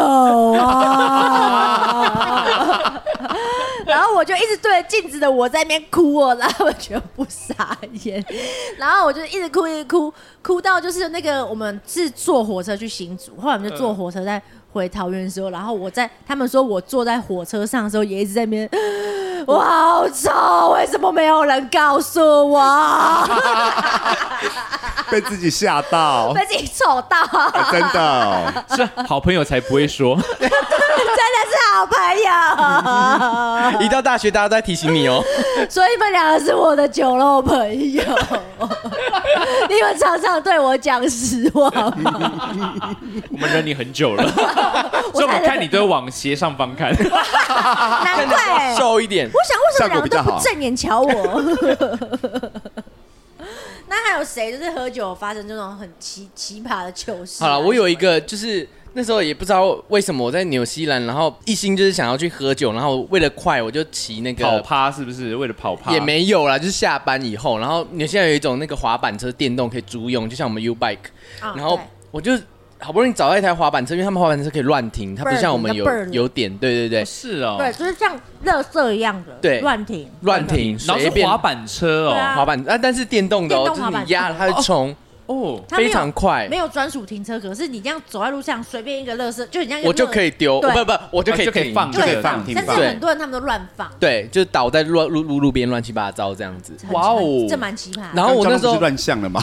Speaker 1: 啊！ 然后我就一直对着镜子的我在那边哭哦，然后我全部傻眼， 然后我就一直哭一直哭，哭到就是那个我们是坐火车去新竹，后来我们就坐火车在回桃园的时候，然后我在他们说我坐在火车上的时候也一直在那边， 我好丑，为什么没有人告诉我？
Speaker 4: 被自己吓到，哎
Speaker 1: 被自己丑到，真
Speaker 4: 真的哦，
Speaker 2: 是啊 好朋友才不会说，
Speaker 1: 的是好朋 友。
Speaker 5: 啊一到大学，大家都在提醒你 哦。
Speaker 1: 所以你们两个是我的酒肉朋友， 你们常常对我讲实话吗？
Speaker 2: 我们忍你很久 了，所以我们看你都会往斜上方 看。
Speaker 1: 难怪、
Speaker 5: 瘦一点，
Speaker 1: 我想为什么
Speaker 4: 效
Speaker 1: 两
Speaker 4: 果
Speaker 1: 个
Speaker 4: 比较
Speaker 1: 都
Speaker 4: 好
Speaker 1: 不正眼瞧 我？那还有谁就是喝酒发生这种很奇奇葩的糗事啊？
Speaker 5: 好了，我有一
Speaker 1: 什么
Speaker 5: 个就是。那时候也不知道为什么我在纽西兰，然后一心就是想要去喝酒，然后为了快我就骑那
Speaker 2: 跑
Speaker 5: 个
Speaker 2: 趴是不是为了跑趴？
Speaker 5: 也没有啦，就是下班以后，然后纽西兰有一种那个滑板车电动可以租用，就像我们 U Bike，
Speaker 1: 的，啊
Speaker 5: 然后
Speaker 1: 对
Speaker 5: 我就好不容易找到一台滑板车，因为他们滑板车可以乱停，它不
Speaker 1: Bird，
Speaker 5: 像我们
Speaker 1: 那
Speaker 5: 有
Speaker 1: Bird
Speaker 5: 有点，对对对，
Speaker 2: 是哦，
Speaker 1: 对，就是像垃圾一样的，
Speaker 5: 对
Speaker 1: 乱停，
Speaker 5: 乱停，
Speaker 2: 然后
Speaker 5: 随
Speaker 2: 是
Speaker 5: 便
Speaker 2: 滑板车
Speaker 1: 对
Speaker 2: 哦，
Speaker 1: 啊
Speaker 5: 滑板啊，但是电动的哦，
Speaker 1: 电
Speaker 5: 就
Speaker 1: 动
Speaker 5: 是
Speaker 1: 滑板
Speaker 5: 你压了它会冲，
Speaker 2: 哦，
Speaker 1: 它没有
Speaker 5: 非常快
Speaker 1: 没，有专属停车，可是你这样走在路上，随便一个垃圾，就你这样，
Speaker 5: 我就可以丢，
Speaker 1: 对
Speaker 5: 不不，我就可
Speaker 2: 哦
Speaker 5: 以
Speaker 2: 就可以
Speaker 5: 停
Speaker 2: 放
Speaker 4: 就可以
Speaker 2: 对
Speaker 4: 放
Speaker 1: 停，
Speaker 4: 停
Speaker 1: 甚至
Speaker 4: 放。
Speaker 5: 对
Speaker 1: 很多人他们都乱放，
Speaker 5: 对，就倒在路路路路边乱七八糟这样子。
Speaker 1: 很
Speaker 2: 哇哦
Speaker 1: 这蛮奇葩的。
Speaker 5: 然后我
Speaker 4: 刚
Speaker 5: 那
Speaker 4: 刚
Speaker 5: 时
Speaker 4: 不
Speaker 5: 候
Speaker 4: 是，乱象 了吗？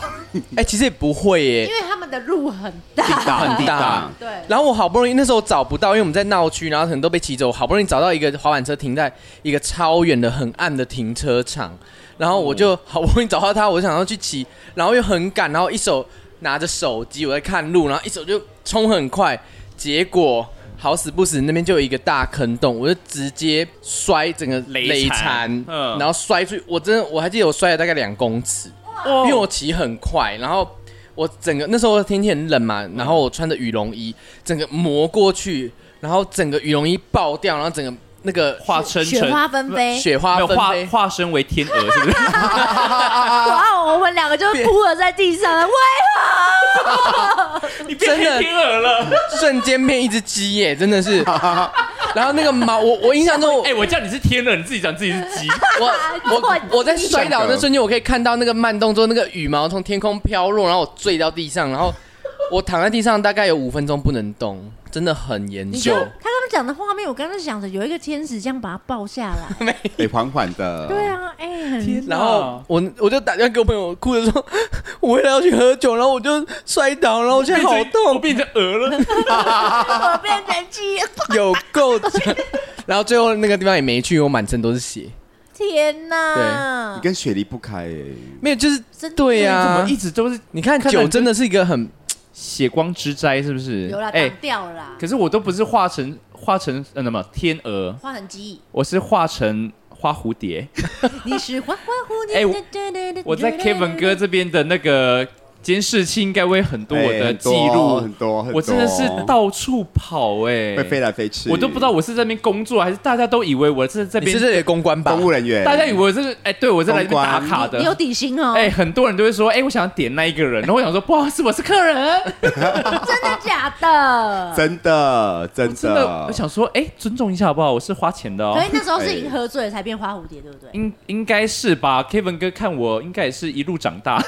Speaker 5: 哎，其实也不会耶
Speaker 1: 因，为他们的路很大，
Speaker 4: 地 大
Speaker 5: 很
Speaker 4: 地
Speaker 5: 大
Speaker 4: 大，
Speaker 1: 对，
Speaker 5: 然后我好不容易那时候找不到，因为我们在闹区，然后很多被骑走。我好不容易找到一个滑板车停在一个超远的很暗的停车场，然后我就好不容易找到它，我想要去骑，然后又很赶，然后一手拿着手机我在看路，然后一手就冲很快，结果好死不死那边就有一个大坑洞，我就直接摔整个
Speaker 2: 累
Speaker 5: 累
Speaker 2: 残
Speaker 5: 残，
Speaker 2: 嗯
Speaker 5: 然后摔出去，我真的我还记得我摔了大概两公尺。
Speaker 2: 哦
Speaker 5: 因为我骑很快，然后我整个那时候天气很冷嘛，然后我穿着羽绒衣，整个磨过去，然后整个羽绒衣爆掉，然后整个那个
Speaker 2: 化身成
Speaker 1: 雪花纷飞，
Speaker 5: 雪花
Speaker 2: 哎没有
Speaker 5: 纷
Speaker 2: 化
Speaker 5: 飞，
Speaker 2: 化身为天鹅是不是？
Speaker 1: 哇，哦我们两个就扑了在地上了，为何？
Speaker 2: 你变
Speaker 5: 真的
Speaker 2: 黑天鹅了？
Speaker 5: 瞬间变一只鸡耶，真的是。然后那个毛，我我印象 中，
Speaker 2: 哎，我叫你是天鹅，你自己讲自己是鸡，
Speaker 5: 我
Speaker 1: 错
Speaker 5: 我我在摔倒那瞬间，我可以看到那个慢动作，那个羽毛从天空飘落，然后我坠到地上，然后我躺在地上大概有五分钟不能动，真的很严
Speaker 1: 你就
Speaker 5: 重。
Speaker 1: 他刚刚讲的画面，我刚刚就想着有一个天使这样把他抱下 来，
Speaker 4: 得缓缓的。
Speaker 1: 对啊，哎，很
Speaker 2: 天哪
Speaker 5: 然后我我就打电话给我朋友，我哭着说， 我为了要去喝酒，然后我就摔倒，然后我现在好
Speaker 2: 痛， 我变成鹅了。
Speaker 1: 我变成鸡，
Speaker 5: 有够惨。然后最后那个地方也没去，我满身都是血，
Speaker 1: 天哪
Speaker 4: 你！跟雪离不开诶，
Speaker 5: 没有就是
Speaker 1: 真的
Speaker 5: 对呀、
Speaker 2: 我一直都是
Speaker 5: 你看
Speaker 2: 看到
Speaker 5: 酒
Speaker 2: 你就
Speaker 5: 真的是一个很
Speaker 2: 血光之灾，是不是？
Speaker 1: 有啦，
Speaker 2: 哎
Speaker 1: 挡掉了啦，
Speaker 2: 可是我都不是化成化成呃，那么天鹅，
Speaker 1: 花很鸡，
Speaker 2: 我是化成花蝴蝶。
Speaker 1: 你是花花蝴
Speaker 2: 哎我
Speaker 1: 蝶。
Speaker 2: 我在 Kevin 哥这边的那个监视器应该会很多我
Speaker 4: 哎
Speaker 2: 的
Speaker 4: 很
Speaker 2: 记
Speaker 4: 多
Speaker 2: 录
Speaker 4: 很，多，很多
Speaker 2: 我真的是到处跑哎、
Speaker 4: 会飞来飞去，
Speaker 2: 我都不知道我是在那边工作，还是大家都以为我是在这
Speaker 5: 你是
Speaker 2: 边，
Speaker 5: 这里的公关吧
Speaker 4: 公？务人员，
Speaker 2: 大家以为我是哎，对我是来这边打卡
Speaker 1: 你有
Speaker 2: 的。
Speaker 1: 底薪哦，
Speaker 2: 哎、很多人都会说，哎、我想点那一个人，然后我想说，不好意思，我是客 人，
Speaker 1: 真的假 的？
Speaker 4: 真的真
Speaker 2: 真的，我想说，哎、尊重一下好不好？我是花钱的哦
Speaker 1: 可。是那时候是已经喝醉了才变花蝴蝶，对不对？
Speaker 2: 应应该是吧，Kevin 哥看我应该也是一路长大，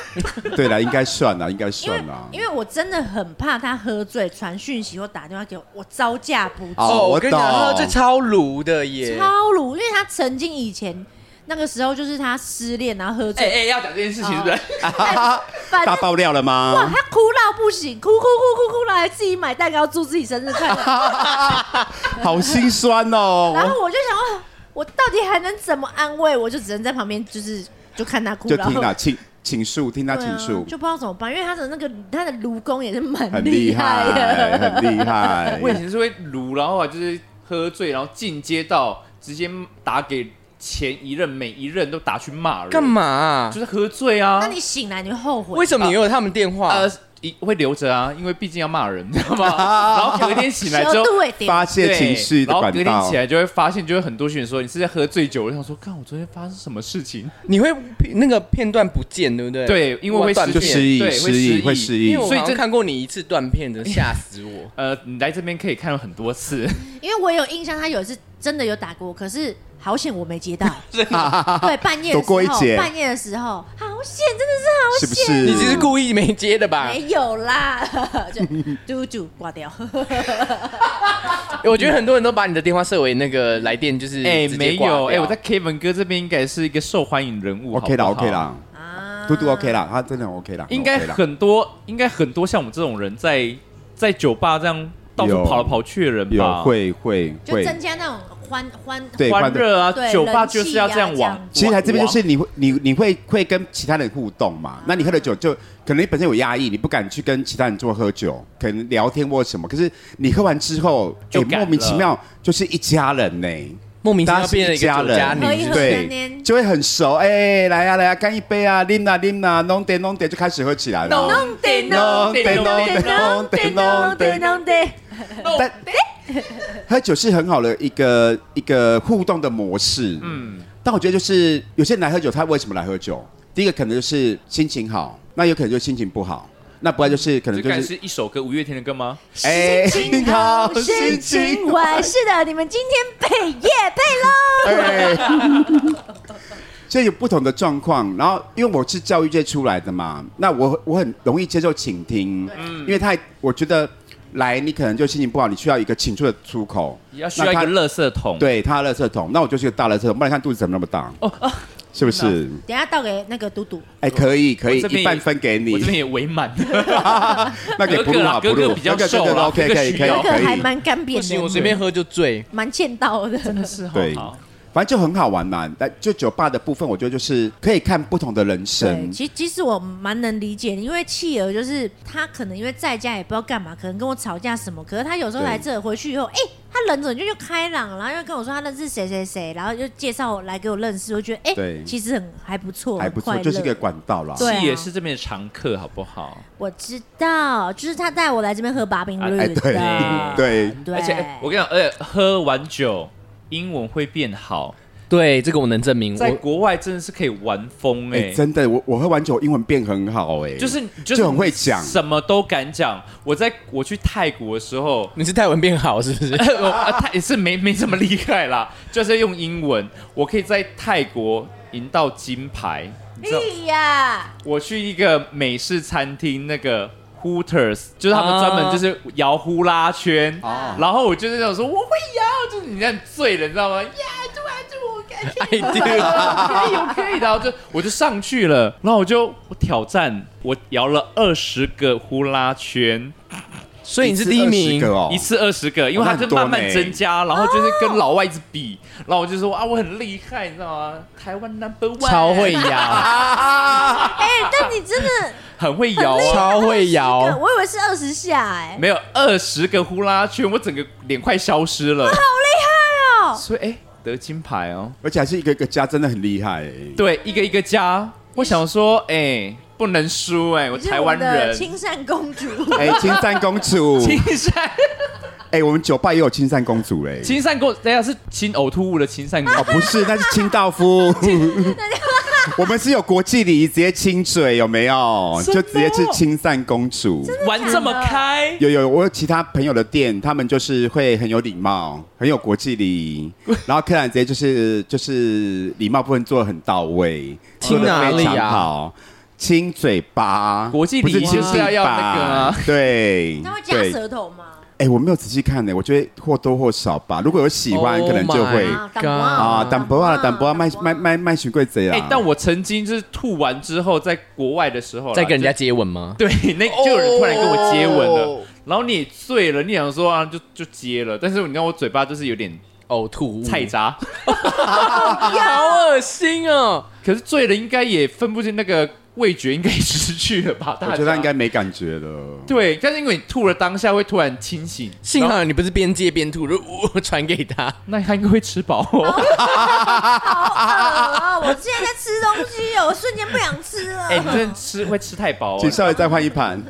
Speaker 4: 对了，应该算了，应该
Speaker 1: 因为
Speaker 4: 算
Speaker 2: 啊
Speaker 4: 了。
Speaker 1: 因为我真的很怕他喝醉传讯息或打电话给我，我招架不住。
Speaker 4: 哦
Speaker 5: 哦，我跟你讲，
Speaker 4: 我懂
Speaker 5: 喝这超卤的耶，
Speaker 1: 超鲁，因为他曾经以前那个时候就是他失恋，然后喝
Speaker 2: 哎
Speaker 1: 醉，
Speaker 2: 哎，要讲这件事情
Speaker 1: 啊
Speaker 2: 是不是？
Speaker 1: 反
Speaker 4: 大
Speaker 1: 正
Speaker 4: 爆料了
Speaker 1: 哇，
Speaker 4: 吗？
Speaker 1: 他哭到不行，哭哭哭哭哭，然后还自己买蛋糕祝自己生日快乐。
Speaker 4: 好心酸哦，
Speaker 1: 然后我就想说，我到底还能怎么安慰？我就只能在旁边，就是就看他哭，
Speaker 4: 就
Speaker 1: 然
Speaker 4: 听
Speaker 1: 后
Speaker 4: 他请请诉，听他
Speaker 1: 对
Speaker 4: 请
Speaker 1: 啊
Speaker 4: 诉，
Speaker 1: 就不知道怎么办，因为他的那个他的卢工也是蛮
Speaker 4: 很厉
Speaker 1: 害
Speaker 4: 害，
Speaker 1: 的。
Speaker 4: 很厉害
Speaker 2: 我。以前是会撸，然后啊就是喝醉，然后进阶到直接打给前一任，每一任都打去骂人，
Speaker 5: 干？嘛啊
Speaker 2: 就？是喝醉啊。
Speaker 1: 那你醒来你会后悔？
Speaker 5: 为什么你有他们电
Speaker 4: 啊
Speaker 5: 话？
Speaker 2: 呃，一会留着啊，因为毕竟要骂人，你知道 吗？然后隔天醒来之
Speaker 1: 舌
Speaker 2: 后。
Speaker 1: 度会点？
Speaker 4: 发泄
Speaker 2: 对
Speaker 4: 情绪的
Speaker 2: 然后
Speaker 4: 管
Speaker 2: 隔天
Speaker 4: 道
Speaker 2: 起，来就会发现，就会很多学员说你是在喝醉酒。我就想说，看我昨天发生什么事情？
Speaker 5: 你会那个片段不见，对不对？
Speaker 2: 呃对，因为会
Speaker 5: 断
Speaker 2: 失
Speaker 4: 就
Speaker 2: 忆
Speaker 4: 失忆，
Speaker 2: 对
Speaker 4: 失忆会失
Speaker 5: 因
Speaker 4: 忆
Speaker 5: 为。我
Speaker 2: 所以
Speaker 5: 好
Speaker 2: 这！
Speaker 5: 像看过你一次断片的，吓死我
Speaker 2: 呃，你来这边可以看了很多次，
Speaker 1: 因为我有印象，他有一次真的有打过，可是好险我没接到。对，半夜的
Speaker 4: 躲过一
Speaker 1: 时候
Speaker 4: 劫，
Speaker 1: 半夜的时候，好险，真的
Speaker 4: 是
Speaker 1: 是好
Speaker 4: 不
Speaker 1: 险。
Speaker 4: 是？
Speaker 5: 你其实故意没接的吧？
Speaker 1: 没有啦，就嘟嘟挂掉。
Speaker 5: 哎我觉得很多人都把你的电话设为那个来电，就是
Speaker 2: 哎、
Speaker 5: 直接
Speaker 2: 没
Speaker 5: 挂掉
Speaker 2: 有，哎、我在 Kevin 哥这边应该是一个受欢迎人物
Speaker 4: OK 啦
Speaker 2: 好不好
Speaker 4: ，OK 啦，
Speaker 1: 啊
Speaker 4: 嗯嘟嘟 OK 啦，他真的很 OK 啦，很
Speaker 2: 应该
Speaker 4: OK 啦
Speaker 2: 很多，应该很多像我们这种人在在酒吧这样到处
Speaker 4: 有
Speaker 2: 跑来跑去的人吧，
Speaker 4: 有会会
Speaker 1: 就
Speaker 4: 会，
Speaker 1: 增加那种欢欢
Speaker 4: 对
Speaker 2: 欢热啊
Speaker 1: 对，
Speaker 2: 酒吧就是要这样
Speaker 1: 人气啊这
Speaker 2: 往
Speaker 1: 样。
Speaker 4: 其实来这边就
Speaker 2: 往
Speaker 4: 是你会你你会会跟其他人互动嘛？那你喝了酒就可能你本身有压抑，你不敢去跟其他人做喝酒，可能聊天或什么。可是你喝完之后，
Speaker 2: 就
Speaker 4: 诶
Speaker 2: 敢
Speaker 4: 莫名其
Speaker 2: 了
Speaker 4: 妙就是一家人呢、
Speaker 5: 莫名其
Speaker 4: 大
Speaker 5: 妙
Speaker 4: 家是
Speaker 5: 变成
Speaker 4: 一
Speaker 5: 一个
Speaker 4: 家
Speaker 5: 酒家
Speaker 4: 人，
Speaker 5: 女，是不是
Speaker 1: 喝一
Speaker 4: 对
Speaker 1: 三天
Speaker 4: 就会很熟。哎、来呀、来呀、干一杯啊，拎啊拎啊，弄得弄得就开始喝起来了。
Speaker 1: 弄得弄得弄得弄得弄得，
Speaker 4: 但喝酒是很好的一个一个互动的模式，嗯，但我觉得就是有些人来喝酒，他为什么来喝酒？第一个可能就是心情好，那有可能就是心情不好，那不然就是可能
Speaker 2: 这
Speaker 4: 就
Speaker 2: 该
Speaker 4: 是
Speaker 2: 是一首歌，五月天的歌吗？
Speaker 4: 哎
Speaker 1: 心情 好，心情坏。是的，你们今天被夜配喽。
Speaker 4: 哎， 所以有不同的状况。然后因为我是教育界出来的嘛，那我我很容易接受倾听，
Speaker 2: 嗯
Speaker 4: 因为他我觉得来你可能就心情不好，你需要一个倾诉的出口，
Speaker 2: 要需要一
Speaker 4: 那
Speaker 2: 个
Speaker 4: 他
Speaker 2: 垃圾桶。，
Speaker 4: 对他的垃圾桶，那我就是个大垃圾桶，不然看肚子怎么那么大？哦是不是？
Speaker 1: 等下倒给那个嘟嘟，
Speaker 4: 哎，可以可以，
Speaker 2: 我这边
Speaker 4: 一半分给
Speaker 2: 我这边
Speaker 4: 你，
Speaker 2: 也围满。
Speaker 4: 那给不录啊，
Speaker 2: 哥
Speaker 4: 不
Speaker 2: 哥
Speaker 4: 录，
Speaker 2: 比较
Speaker 4: 哥哥
Speaker 2: 瘦啊
Speaker 4: 哥哥
Speaker 2: 啦
Speaker 4: ，OK
Speaker 2: 哥哥
Speaker 4: 可以
Speaker 2: 需
Speaker 4: 可以
Speaker 2: 要
Speaker 1: 那个还
Speaker 4: 可以，
Speaker 1: 蛮干
Speaker 5: 不
Speaker 1: 扁
Speaker 5: 行，
Speaker 1: 的，
Speaker 5: 我随便喝就醉。
Speaker 1: 蛮欠到的，真的是。
Speaker 4: 对，反正就哦很好玩嘛。那就酒吧的部分，我觉得就是可以看不同的人
Speaker 1: 对，
Speaker 4: 生，
Speaker 1: 其其实我蛮能理解你，因为弃儿就是他可能因为在家也不知道干嘛，可能跟我吵架什么，可是他有时候来这回去以后，哎、他人怎么就就开朗，然后又跟我说他认识谁谁谁，然后就介绍我来给我认识，我就觉得哎、
Speaker 4: 对
Speaker 1: 其实很还不错，
Speaker 4: 还不
Speaker 1: 很
Speaker 4: 错，
Speaker 1: 快乐
Speaker 4: 就是一个管道啦。
Speaker 1: 对啊
Speaker 2: 气也是这边的常客，好不好？
Speaker 1: 我知道，就是他带我来这边喝拔冰绿的，
Speaker 4: 哎，对对，
Speaker 1: 对，
Speaker 2: 而且哎我跟你讲，而且喝完酒英文会变好，
Speaker 5: 对，这个我能证明。
Speaker 2: 在
Speaker 5: 我
Speaker 2: 国外真的是可以玩疯哎、
Speaker 4: 哎，真的，我我喝完酒英文变很好，哎，
Speaker 2: 就是就
Speaker 4: 就是很会讲
Speaker 2: 什么都敢讲。我在我去泰国的时候，
Speaker 5: 你是泰文变好是不是？
Speaker 2: 我啊泰也是没没什么厉害啦，就是用英文，我可以在泰国赢到金牌。你知道，
Speaker 1: 哎呀，
Speaker 2: 我去一个美式餐厅，那个 Hooters，就是他们专门就是摇呼啦圈，
Speaker 4: 哦
Speaker 2: 然后我就是那种说我会摇，就是你那样醉了，你知道吗？呀，就啊就我可以，
Speaker 5: 哎对
Speaker 2: 可以，我可以的，然后就我就上去了，然后我就我挑战，我摇了二十个呼啦圈。
Speaker 5: 所以你是第一
Speaker 4: 一
Speaker 5: 名
Speaker 4: 次20个。哦
Speaker 2: 一次二十个，因为
Speaker 4: 哦那
Speaker 2: 它
Speaker 4: 很
Speaker 2: 就慢慢
Speaker 4: 多呢啊
Speaker 2: 增加，然后就是跟老外一直比，然后我就说啊，我很厉害，你知道吗？台湾 number one，
Speaker 5: 超会摇，
Speaker 1: 哎、但你真的
Speaker 2: 很会摇啊，
Speaker 5: 超会
Speaker 1: 20个
Speaker 5: 摇，
Speaker 1: 我以为是二十下、哎，
Speaker 2: 没有二十个呼啦圈，我整个脸快消失了，好厉害
Speaker 1: 哦
Speaker 2: 所以哎，得金牌哦，
Speaker 4: 而且还是一个一个家，真的很厉害，哎
Speaker 2: 对，啊一个一个加，我想说哎，不能输哎，我
Speaker 1: 你是
Speaker 2: 台
Speaker 1: 我
Speaker 2: 湾
Speaker 1: 们的
Speaker 2: 人，
Speaker 1: 青善公 主，
Speaker 4: 哎，青山公主，
Speaker 2: 青山
Speaker 4: 哎，我们酒吧也有青山公主，哎，
Speaker 2: 青山公，等一下是亲呕吐物的青山公
Speaker 4: 哦，不是，那是清道夫。 我们是有国际礼仪，直接亲嘴有没有？
Speaker 2: 真
Speaker 4: 就
Speaker 2: 的哦
Speaker 4: 直接是亲善公主。
Speaker 2: 玩这么开，
Speaker 4: 有有，我有其他朋友的店，他们就是会很有礼貌，很有国际 礼仪，然后客人直接就是就是礼貌部分做的很到位，
Speaker 5: 亲
Speaker 4: 做得
Speaker 5: 哪
Speaker 4: 非
Speaker 5: 里
Speaker 4: 常
Speaker 5: 啊
Speaker 4: 好，亲嘴巴，
Speaker 2: 国际礼仪
Speaker 4: 不是亲
Speaker 2: 就是要
Speaker 4: 地
Speaker 2: 要
Speaker 4: 板
Speaker 2: 那个啊
Speaker 4: 对
Speaker 1: 他会，夹
Speaker 4: 对，
Speaker 1: 舌头吗？
Speaker 4: 哎、我没有仔细看呢、我觉得或多或少吧。如果有喜欢
Speaker 5: Oh
Speaker 4: 可能就会
Speaker 5: my
Speaker 1: 啊，淡薄啊
Speaker 4: 啊，
Speaker 1: 淡薄啊
Speaker 4: 淡薄啊，淡薄啊，卖卖卖卖许贵贼
Speaker 2: 哎、
Speaker 4: 啊！
Speaker 2: 但我曾经就是吐完之后，在国外的时候啦，
Speaker 5: 在跟人家
Speaker 2: 就
Speaker 5: 接吻吗？
Speaker 2: 对，那就有人突然跟我接吻了
Speaker 5: 哦
Speaker 2: 然后你也醉了，你想说啊，就就接了，但是你知道我嘴巴就是有点
Speaker 5: 呕哦吐物
Speaker 2: 菜渣，
Speaker 5: 好恶心哦！
Speaker 2: 可是醉了应该也分不清那个味觉，应该也失去了吧？大哦家
Speaker 4: 我觉得他应该没感觉了。
Speaker 2: 对，但是因为你吐了当下会突然清醒，
Speaker 5: 幸
Speaker 2: 然后
Speaker 5: 好你不是边接边吐，如我传给他。
Speaker 2: 那他应该会吃饱、哦。
Speaker 1: 啊！我现在在吃东西哦，我瞬间不想吃了。
Speaker 2: 哎、你真的吃会吃太饱、哦
Speaker 4: 请，稍微再换一盘，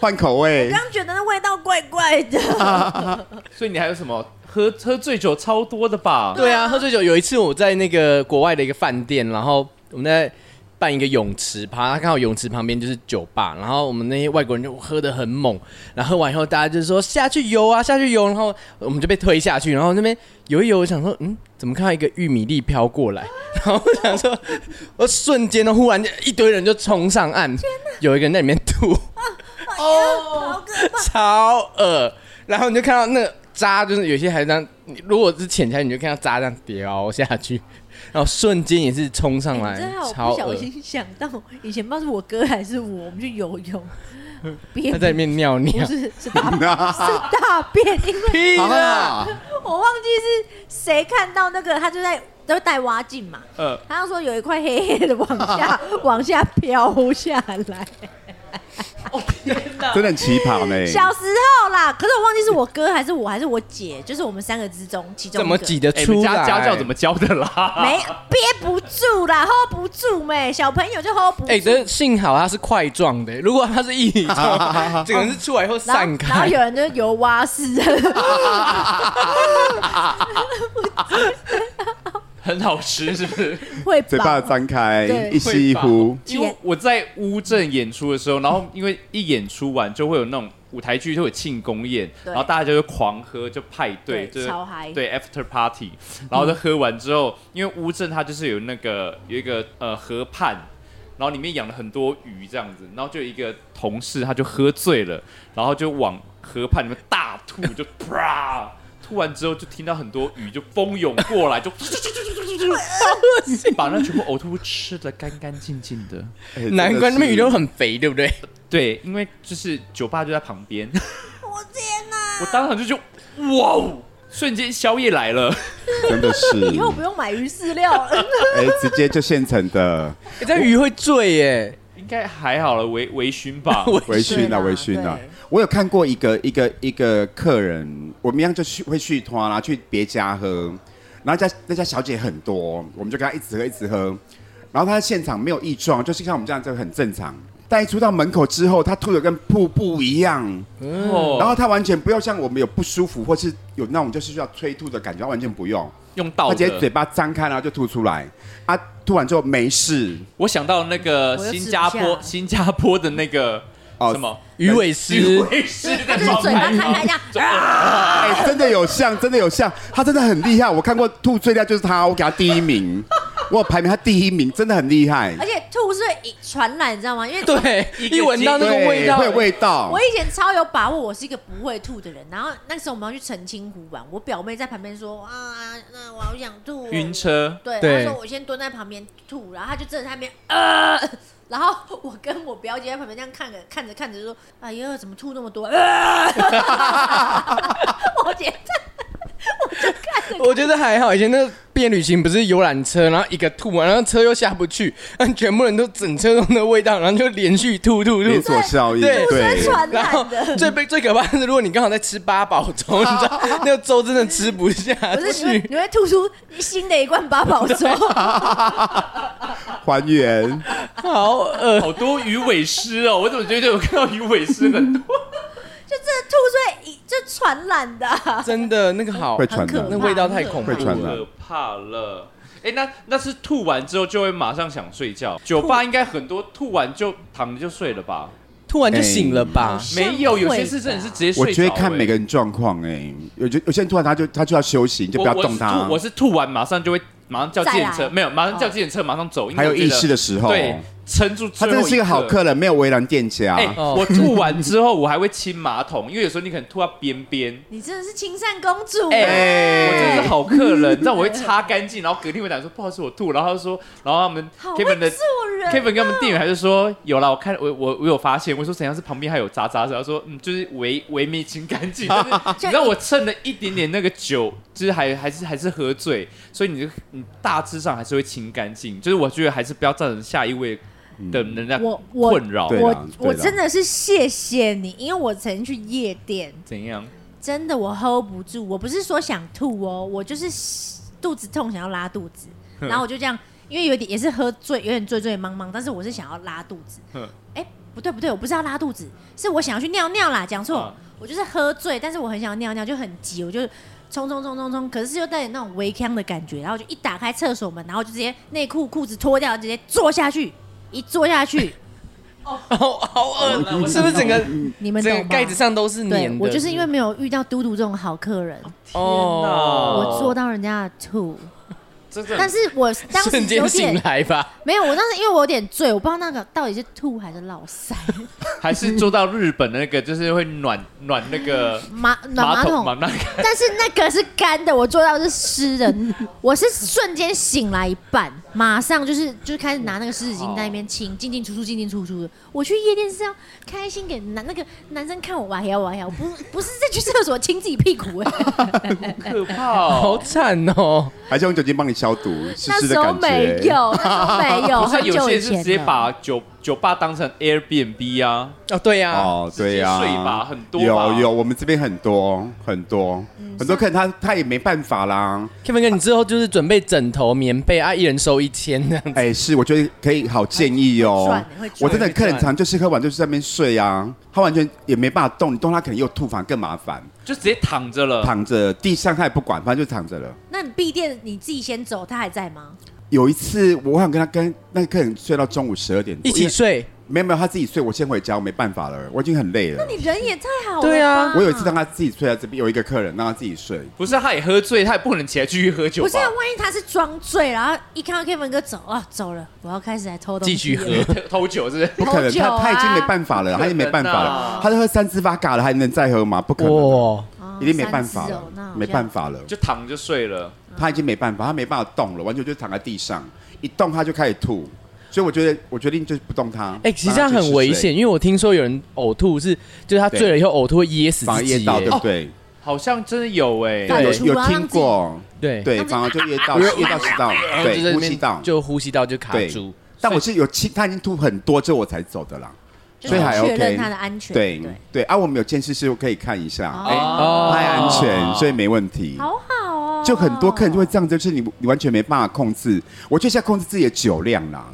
Speaker 4: 换口味
Speaker 1: 刚。刚觉得那味道怪怪的，
Speaker 2: 所以你还有什么喝喝醉酒超多的吧？
Speaker 5: 对啊，喝醉酒有一次我在那个国外的一个饭店，然后我们在办一个泳池趴，刚好泳池旁边就是酒吧，然后我们那些外国人就喝得很猛，然后喝完以后大家就说下去游啊，下去游，然后我们就被推下去，然后那边游一游，我想说嗯，怎么看到一个玉米粒飘过来， 然后我想说，我瞬间呢忽然一堆人就冲上岸，有一个人在里面吐。
Speaker 1: 哦，好可 怕！
Speaker 5: 超恶。然后你就看到那个渣，就是有些还这样，你如果是潜起来，你就看到渣这样掉下去，然后瞬间也是冲上
Speaker 1: 哎
Speaker 5: 来
Speaker 1: 你知，道
Speaker 5: 超
Speaker 1: 我不小
Speaker 5: 恶。
Speaker 1: 心想到，以前不知道是我哥还是我，我们去游泳，别
Speaker 5: 他在里面尿
Speaker 1: 不
Speaker 5: 尿，
Speaker 1: 是是 大是大便，因为
Speaker 5: 屁啊
Speaker 4: 好
Speaker 5: 啦！
Speaker 4: 啦，
Speaker 1: 我忘记是谁看到那个，他就在都戴蛙镜嘛，
Speaker 2: 呃，
Speaker 1: 他就说有一块黑黑的往 下往下飘下来。
Speaker 4: 真的很奇葩呢。
Speaker 1: 小时候啦，可是我忘记是我哥还是我还是我姐，就是我们三个之中其中
Speaker 5: 怎
Speaker 1: 一
Speaker 5: 么
Speaker 1: 个
Speaker 5: 挤得
Speaker 2: 哎、你
Speaker 5: 出
Speaker 2: 家
Speaker 5: 来？
Speaker 2: 家教怎么教的啦？
Speaker 1: 没憋不住啦，hold 不住没，小朋友就 hold 不住。
Speaker 5: 哎，这幸好他是块状的，如果他是一体状，整个人是出来以后
Speaker 1: 然后
Speaker 5: 散
Speaker 1: 然后
Speaker 5: 开
Speaker 1: 有，人就游蛙式，
Speaker 2: 很好吃是不是？
Speaker 1: 会
Speaker 4: 嘴巴
Speaker 1: 吧？
Speaker 4: 张开
Speaker 1: 对，
Speaker 4: 一吸一呼，
Speaker 2: 因为我在乌镇演出的时候，然后因为一演出完就会有那种舞台剧，就有庆功宴，
Speaker 1: 对
Speaker 2: 然后大家就会狂喝，就派对，
Speaker 1: 对
Speaker 2: 就是
Speaker 1: 超嗨
Speaker 2: 对 after party，然后就喝完之后，因为乌镇它就是有那个有一个呃河畔。然后里面养了很多鱼，这样子，然后就有一个同事他就喝醉了，然后就往河畔里面大吐，就啪吐完之后就听到很多鱼就蜂拥过来，就把那全部呕吐物吃的干干净净的。
Speaker 4: 哎 真的
Speaker 5: 难怪那边
Speaker 4: 是
Speaker 5: 鱼都很肥，对不对？
Speaker 2: 对，因为就是酒吧就在旁边，
Speaker 1: 我天哪！
Speaker 2: 我当场就就哇哦，瞬间宵夜来了，
Speaker 4: 真的 是，
Speaker 1: 以后不用买鱼饲料了，
Speaker 4: 哎，直接就现成的
Speaker 5: 哎这样鱼会醉耶，
Speaker 2: 应该还好了，微微醺吧。
Speaker 5: 我
Speaker 4: 微醺啊，
Speaker 1: 对啦
Speaker 4: 微醺啊
Speaker 1: 对。
Speaker 4: 我有看过一个一个一个客人，我们一样就去会去拖啦，去别家喝，然后家那家小姐很多，我们就跟她一直喝一直喝，然后她现场没有异状，就是像我们这样就很正常。但一出到门口之后，她吐的跟瀑布一样。
Speaker 2: 哦，
Speaker 4: 然
Speaker 2: 然
Speaker 4: 后
Speaker 2: 后
Speaker 4: 他完全不用像我们有不舒服或是有那种就是需要催吐的感觉，他完全不用，
Speaker 2: 用
Speaker 4: 他
Speaker 2: 倒
Speaker 4: 直接嘴
Speaker 2: 的。
Speaker 4: 巴张开然后就吐出来，啊，吐完之后没事
Speaker 2: 我想到那个
Speaker 1: 我又吃
Speaker 2: 新
Speaker 1: 不
Speaker 2: 加
Speaker 1: 下
Speaker 2: 坡，新加坡的那个
Speaker 4: 哦
Speaker 2: 什么
Speaker 5: 鱼尾
Speaker 2: 鱼
Speaker 5: 狮，
Speaker 2: 尾狮
Speaker 1: 他
Speaker 2: 在
Speaker 1: 就是
Speaker 2: 旁
Speaker 1: 嘴巴
Speaker 2: 边，
Speaker 1: 开开这样，
Speaker 4: 哎、真的有像，真的有像，他真的很厉害，我看过吐最厉害就是他，我给他第一名，我有排名他第一名，真的很厉害
Speaker 1: 而，且吐是会传染，你知道吗？因为
Speaker 5: 对，一闻到那个
Speaker 4: 对
Speaker 5: 味道，
Speaker 4: 会有味道
Speaker 1: 我，以前超有把握，我是一个不会吐的人。然后那时候我们要去澄清湖玩，我表妹在旁边说啊，那我好想吐哦、
Speaker 2: 晕车，
Speaker 1: 对，
Speaker 5: 对
Speaker 1: 她说我先蹲在旁边吐，然后她就站在那边呃， 然后我跟我表姐在旁边这样看着看着看着就说，哎呦，怎么吐那么多？呃， 我姐
Speaker 5: 我觉得还好，以前那个毕业旅行不是游览车，然后一个吐完，然后车又下不去，然后全部人都整车都那味道，然后就连续吐吐
Speaker 4: 连
Speaker 5: 吐。
Speaker 4: 锁效应，
Speaker 5: 对
Speaker 1: 在
Speaker 4: 对，
Speaker 1: 传
Speaker 5: 然后
Speaker 1: 染的。
Speaker 5: 最被最可怕的是，如果你刚好在吃八宝粥，你知道那个粥真的吃不下
Speaker 1: 不是你会
Speaker 5: 去。
Speaker 1: 你会吐出新的一罐八宝 粥，
Speaker 4: 还原，
Speaker 5: 好恶，
Speaker 2: 好多鱼尾狮哦！我怎么觉得我看到鱼尾狮很多？
Speaker 1: 就这吐出来就传染的啊、
Speaker 5: 真的那个好
Speaker 4: 会，传
Speaker 1: 很可
Speaker 4: 的
Speaker 5: 那，味道太恐怖
Speaker 4: 会传染
Speaker 5: 了。
Speaker 2: 可怕了。哎、那那是吐完之后就会马上想睡觉，酒吧应该很多吐完就躺着就睡了吧？
Speaker 5: 吐完就醒了吧？
Speaker 2: 没有，有些是真的是直接睡着、
Speaker 4: 我觉得看
Speaker 2: 哎
Speaker 4: 每个人状况，哎，有有些人突然他就他就要休息，你就不要
Speaker 2: 我
Speaker 4: 动他
Speaker 2: 我是吐，我是吐完马上就会马上叫计程
Speaker 1: 再
Speaker 2: 车，
Speaker 1: 来
Speaker 2: 没有，马上叫计程车，马上走。因为
Speaker 4: 还有
Speaker 2: 我觉得
Speaker 4: 意识的时候
Speaker 2: 对，撑住最
Speaker 4: 他
Speaker 2: 后
Speaker 4: 真的是一个好
Speaker 2: 刻。
Speaker 4: 客啊人，没有为难店家。
Speaker 2: 哎、
Speaker 5: 哦
Speaker 2: 我吐完之后，我还会亲马桶，因为有时候你可能吐到边边。
Speaker 1: 你真的是亲善公主
Speaker 2: 哎、
Speaker 1: 哎、
Speaker 2: 我真的是好客人，你知道我会擦干净，然后隔天会讲说不好意思我吐，然后他就说，然后他们
Speaker 1: 好会
Speaker 2: Kevin 的
Speaker 1: 做人。
Speaker 2: Kevin 跟他们店员还是说有啦，我看我我我有发现，我说怎样是旁边还有渣渣，然后说嗯就是微微没清干净，但是你知道我蹭了一点点那个酒，就是还还是还是喝醉，所以你就你大致上还是会清干净，就是我觉得还是不要造成下一位的人家
Speaker 1: 我我
Speaker 2: 困扰
Speaker 4: 对啦
Speaker 1: 我我
Speaker 4: 对啦
Speaker 1: 真的是谢谢你，因为我曾去夜店，
Speaker 2: 怎样？
Speaker 1: 真的我 hold 不住，我不是说想吐哦，我就是肚子痛想要拉肚子，
Speaker 2: 哼
Speaker 1: 然后我就这样，因为有点也是喝醉，有点醉醉茫茫，但是我是想要拉肚子
Speaker 2: 哼。
Speaker 1: 哎，不对不对，我不是要拉肚子，是我想要去尿尿啦，讲错
Speaker 2: 啊，
Speaker 1: 我就是喝醉，但是我很想要尿尿，就很急，我就。冲冲冲冲冲！可是又带点那种围腔的感觉，然后我就一打开厕所门，然后就直接内裤裤子脱掉，直接坐下去，一坐下去，
Speaker 5: 好好恶，是不是整个
Speaker 1: 你们
Speaker 5: 整
Speaker 1: 懂
Speaker 5: 个
Speaker 1: 吗
Speaker 5: 盖子上都是
Speaker 1: 对
Speaker 5: 黏的？
Speaker 1: 我就是因为没有遇到嘟嘟这种好客人，
Speaker 5: 哦，
Speaker 1: 我做到人家的吐。
Speaker 2: 真的
Speaker 1: 但是我当时
Speaker 5: 瞬
Speaker 1: 有
Speaker 5: 间醒
Speaker 1: 点
Speaker 5: 来吧，
Speaker 1: 没有，我当时因为我有点醉，我不知道那个到底是吐还是落腮，
Speaker 2: 还是做到日本那个，就是会暖暖那个
Speaker 1: 马暖马
Speaker 2: 桶
Speaker 1: 桶。
Speaker 2: 嘛，那个
Speaker 1: 但是那个是干的，我做到是湿的，我是瞬间醒来一半，马上就是就开始拿那个湿纸巾在那边清，进进出出，进进出出的。我去夜店是要开心给男那个男生看我玩呀玩呀，我不不是在去厕所亲自己屁股、欸。
Speaker 2: 可怕
Speaker 5: 好
Speaker 2: 哦。
Speaker 5: 惨哦。
Speaker 4: 还是用酒精帮你消毒，湿
Speaker 1: 那
Speaker 4: 湿的
Speaker 1: 时候
Speaker 4: 感觉。
Speaker 1: 没有，那时候没有，
Speaker 2: 不是
Speaker 1: 很
Speaker 2: 有
Speaker 1: 久
Speaker 2: 些
Speaker 1: 以
Speaker 2: 人是
Speaker 1: 前
Speaker 2: 直接
Speaker 1: 了
Speaker 2: 把酒酒吧当成 Airbnb 啊，
Speaker 5: 哦，对呀、
Speaker 4: 哦，对呀、
Speaker 2: 直接睡吧很多吧
Speaker 4: 有有，我们这边很多很多、很多客人他他也没办法啦。
Speaker 5: k e v i n 哥，你之后就是准备枕头、棉被啊，一人收一千这样子。
Speaker 4: 哎、是，我觉得可以好建议
Speaker 1: 会
Speaker 4: 哦
Speaker 1: 转会转。
Speaker 4: 我真的
Speaker 5: 会
Speaker 4: 客人
Speaker 5: 转
Speaker 4: 常就是喝完就是在那边睡啊，他完全也没办法动，你动他可能又吐，反而更麻烦。
Speaker 2: 就直接躺着了。
Speaker 4: 躺着地上他也不管，反正就躺着了。
Speaker 1: 那你闭店你自己先走，他还在吗？
Speaker 4: 有一次，我想跟他跟那个客人睡到中午十二点多，
Speaker 5: 一
Speaker 4: 因
Speaker 5: 起
Speaker 4: 为
Speaker 5: 睡，
Speaker 4: 没有没有，他自己睡，我先回家，我没办法了，我已经很累了。
Speaker 1: 你人也太好了吧。
Speaker 5: 对啊
Speaker 4: 我有一次让他自己睡在这边，有一个客人让他自己睡，
Speaker 2: 不是，他也喝醉，他也不可能起来继续喝酒
Speaker 1: 不
Speaker 2: 吧？
Speaker 1: 是，啊万一他是装醉，然后一看到 Kevin 哥走啊，走了，我要开始来偷东西
Speaker 5: 继续喝
Speaker 1: 了。
Speaker 2: 偷偷酒是不是？
Speaker 4: 不可能，
Speaker 1: 好久啊
Speaker 4: 他他已经没办法了，他已经没办法
Speaker 2: 不可能
Speaker 4: 了
Speaker 2: 啊，
Speaker 4: 他都喝三支八嘎了，还能再喝吗？不可
Speaker 5: 哇、
Speaker 4: 能，啊
Speaker 1: 哦
Speaker 4: 一定没办法
Speaker 1: 三十哦那好
Speaker 4: 了，
Speaker 1: 像
Speaker 4: 没办法了，
Speaker 2: 就躺就睡了。
Speaker 5: 嗯
Speaker 4: 他已经没办法，他没办法动了，完全就躺在地上，一动他就开始吐，所以我觉得我决定就是不动他。
Speaker 5: 哎、其实
Speaker 4: 让
Speaker 5: 这样
Speaker 4: 他去
Speaker 5: 很危
Speaker 4: 试水
Speaker 5: 险，，因为我听说有人呕吐是，就是他醉了以后呕吐会噎死
Speaker 4: 反而
Speaker 5: 自己耶。哦
Speaker 4: 噎到，对不对？
Speaker 2: 好像真的有
Speaker 1: 对
Speaker 2: 哎、
Speaker 4: 有
Speaker 1: 反而
Speaker 4: 有
Speaker 1: 让自己
Speaker 4: 听过，
Speaker 5: 对
Speaker 4: 对，
Speaker 1: 让自己
Speaker 4: 反而就 噎到，噎到食道，
Speaker 5: 然后就在
Speaker 4: 对，
Speaker 5: 那
Speaker 4: 呼
Speaker 5: 边
Speaker 4: 吸道。
Speaker 5: 就呼吸道就卡
Speaker 4: 对
Speaker 5: 住。
Speaker 4: 但我是有气，他已经吐很多之后我才走的啦，
Speaker 1: 就是
Speaker 4: 所以还
Speaker 1: 确认
Speaker 4: OK。
Speaker 1: 他的安全。
Speaker 4: 对
Speaker 1: 对，
Speaker 4: 对啊，我们有监视室可以看一下，
Speaker 1: 哦
Speaker 4: 哎，
Speaker 5: 哦
Speaker 4: 太安全，所以没问题。
Speaker 1: 好好哦。
Speaker 4: 就很多客人就会这样，就是你你完全没办法控制。我就是要控制自己的酒量啦，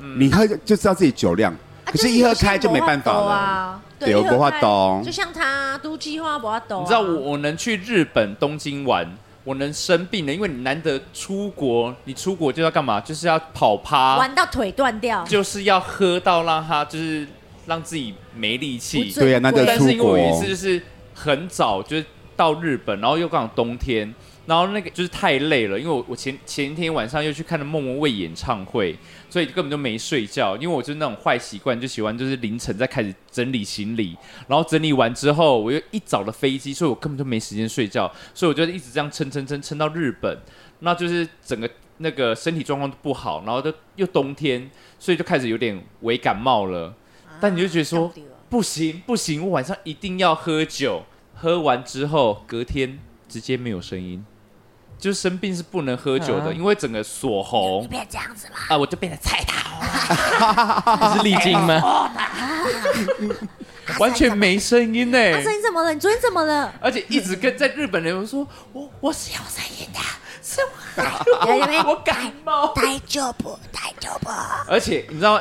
Speaker 2: 嗯
Speaker 4: 你喝就知道自己酒量，
Speaker 1: 啊，
Speaker 4: 可是一喝开就没办法
Speaker 1: 就是有些人没办法
Speaker 4: 了。
Speaker 1: 啊。
Speaker 4: 对有
Speaker 1: 一喝
Speaker 4: 没
Speaker 1: 开
Speaker 4: 办法哦
Speaker 1: 就像他都计划不要抖啊。
Speaker 2: 你知道我我能去日本东京玩，我能生病的，因为你难得出国，你出国就要干嘛？就是要跑
Speaker 4: 啊
Speaker 2: 趴，
Speaker 1: 玩到腿断掉，
Speaker 2: 就是要喝到让他就是让自己没力气
Speaker 1: 不。醉
Speaker 4: 对呀、啊，难得
Speaker 2: 但
Speaker 4: 出
Speaker 2: 是因为我有一
Speaker 4: 国
Speaker 2: 次，就是很早就是到日本，然后又刚好冬天，然后那个就是太累了，因为我我前前一天晚上又去看了莫文蔚演唱会，所以根本就没睡觉，因为我就是那种坏习惯，就喜欢就是凌晨再开始整理行李，然后整理完之后我又一早的飞机，所以我根本就没时间睡觉，所以我就一直这样撑撑撑撑到日本，那就是整个。那个身体状况都不好，然后都又冬天，所以就开始有点微感冒了。但你就觉得说
Speaker 1: 啊这样对哦
Speaker 2: 不行不行，我晚上一定要喝酒。喝完之后，隔天直接没有声音，就是生病是不能喝酒的，
Speaker 5: 啊
Speaker 2: 因为整个锁
Speaker 1: 你
Speaker 2: 喉
Speaker 1: 别这样子啦，
Speaker 2: 嗯啊，我就变成菜刀，
Speaker 5: 你是历经 吗？
Speaker 2: 完全没声音欸呢、
Speaker 1: 阿生你怎么了？你昨天怎么了？
Speaker 2: 而且一直跟在日本人说，我我是有声音的，是
Speaker 1: 哎来来来
Speaker 2: 我我感
Speaker 4: 哦
Speaker 2: 冒，
Speaker 1: 太久不，太久不。
Speaker 2: 而且你知道。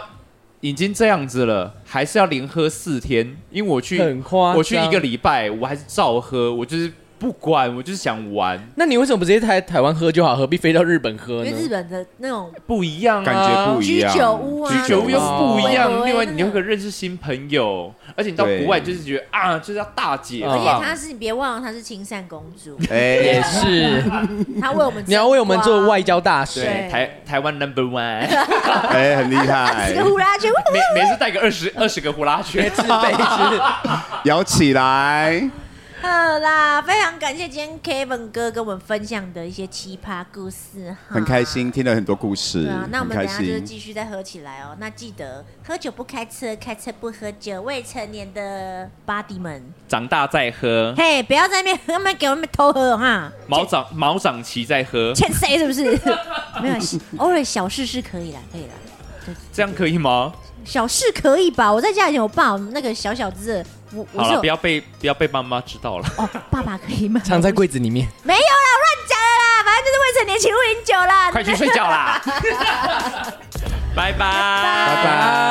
Speaker 2: 已经这样子了，还是要连喝四天，因为我去
Speaker 5: 很夸张
Speaker 2: 我去一个礼拜，我还是照喝，我就是不不管，我就是想玩，
Speaker 5: 那你为什么不直接在台湾喝就好，何必飞到日本喝
Speaker 1: 因
Speaker 5: 呢
Speaker 1: 为？日本的那种
Speaker 2: 不一样、啊，
Speaker 4: 感觉不一样，
Speaker 1: 居酒屋啊
Speaker 2: 居酒屋又不一
Speaker 1: 微
Speaker 2: 样，
Speaker 1: 微
Speaker 2: 另外
Speaker 1: 那
Speaker 2: 你会
Speaker 1: 个
Speaker 2: 认识新朋友，而且你到
Speaker 4: 对
Speaker 2: 国外就是觉得啊，就是要大解
Speaker 5: 而
Speaker 1: 而且
Speaker 2: 放，
Speaker 1: 她是，你别忘了她是亲善公主，
Speaker 4: 哎
Speaker 5: 也，是，
Speaker 1: 她为我们
Speaker 5: 你要为我们做外交大使。
Speaker 1: 对
Speaker 2: 对台台湾 number one，
Speaker 4: 哎，很厉 害
Speaker 1: 这，个呼啦圈，
Speaker 2: 每每次带个二十二十个呼啦 圈，
Speaker 5: 自备 是
Speaker 4: 摇起来，
Speaker 1: 好啦，非常感谢今天 Kevin 哥跟我们分享的一些奇葩故事，哈
Speaker 4: 很开。心，听了很多故事
Speaker 1: 对啊，，那我
Speaker 4: 很
Speaker 1: 们等
Speaker 4: 开
Speaker 1: 一下就是
Speaker 4: 心。
Speaker 1: 继续再喝起来哦。那记得喝酒不开车，开车不喝酒。未成年的 body 们，
Speaker 2: 长大再喝，
Speaker 1: 嘿、不要在那边他们给我们偷喝哈，
Speaker 2: 毛长毛长齐再喝，
Speaker 1: 欠谁是不 是？没有，偶尔小事是可以啦，可以啦，
Speaker 2: 这样可以吗？
Speaker 1: 小事可以吧？我在家以前，我爸那个小小只的，我我
Speaker 2: 好
Speaker 1: 是
Speaker 2: 了，
Speaker 1: 有
Speaker 2: 不要被不要被妈妈知道了。
Speaker 1: 哦，爸爸可以吗？
Speaker 5: 藏在柜子里面。
Speaker 1: 没有啦，我乱讲的啦，反正就是未成年请勿饮酒啦。
Speaker 2: 快去睡觉啦！拜拜，拜
Speaker 1: 拜
Speaker 5: 拜。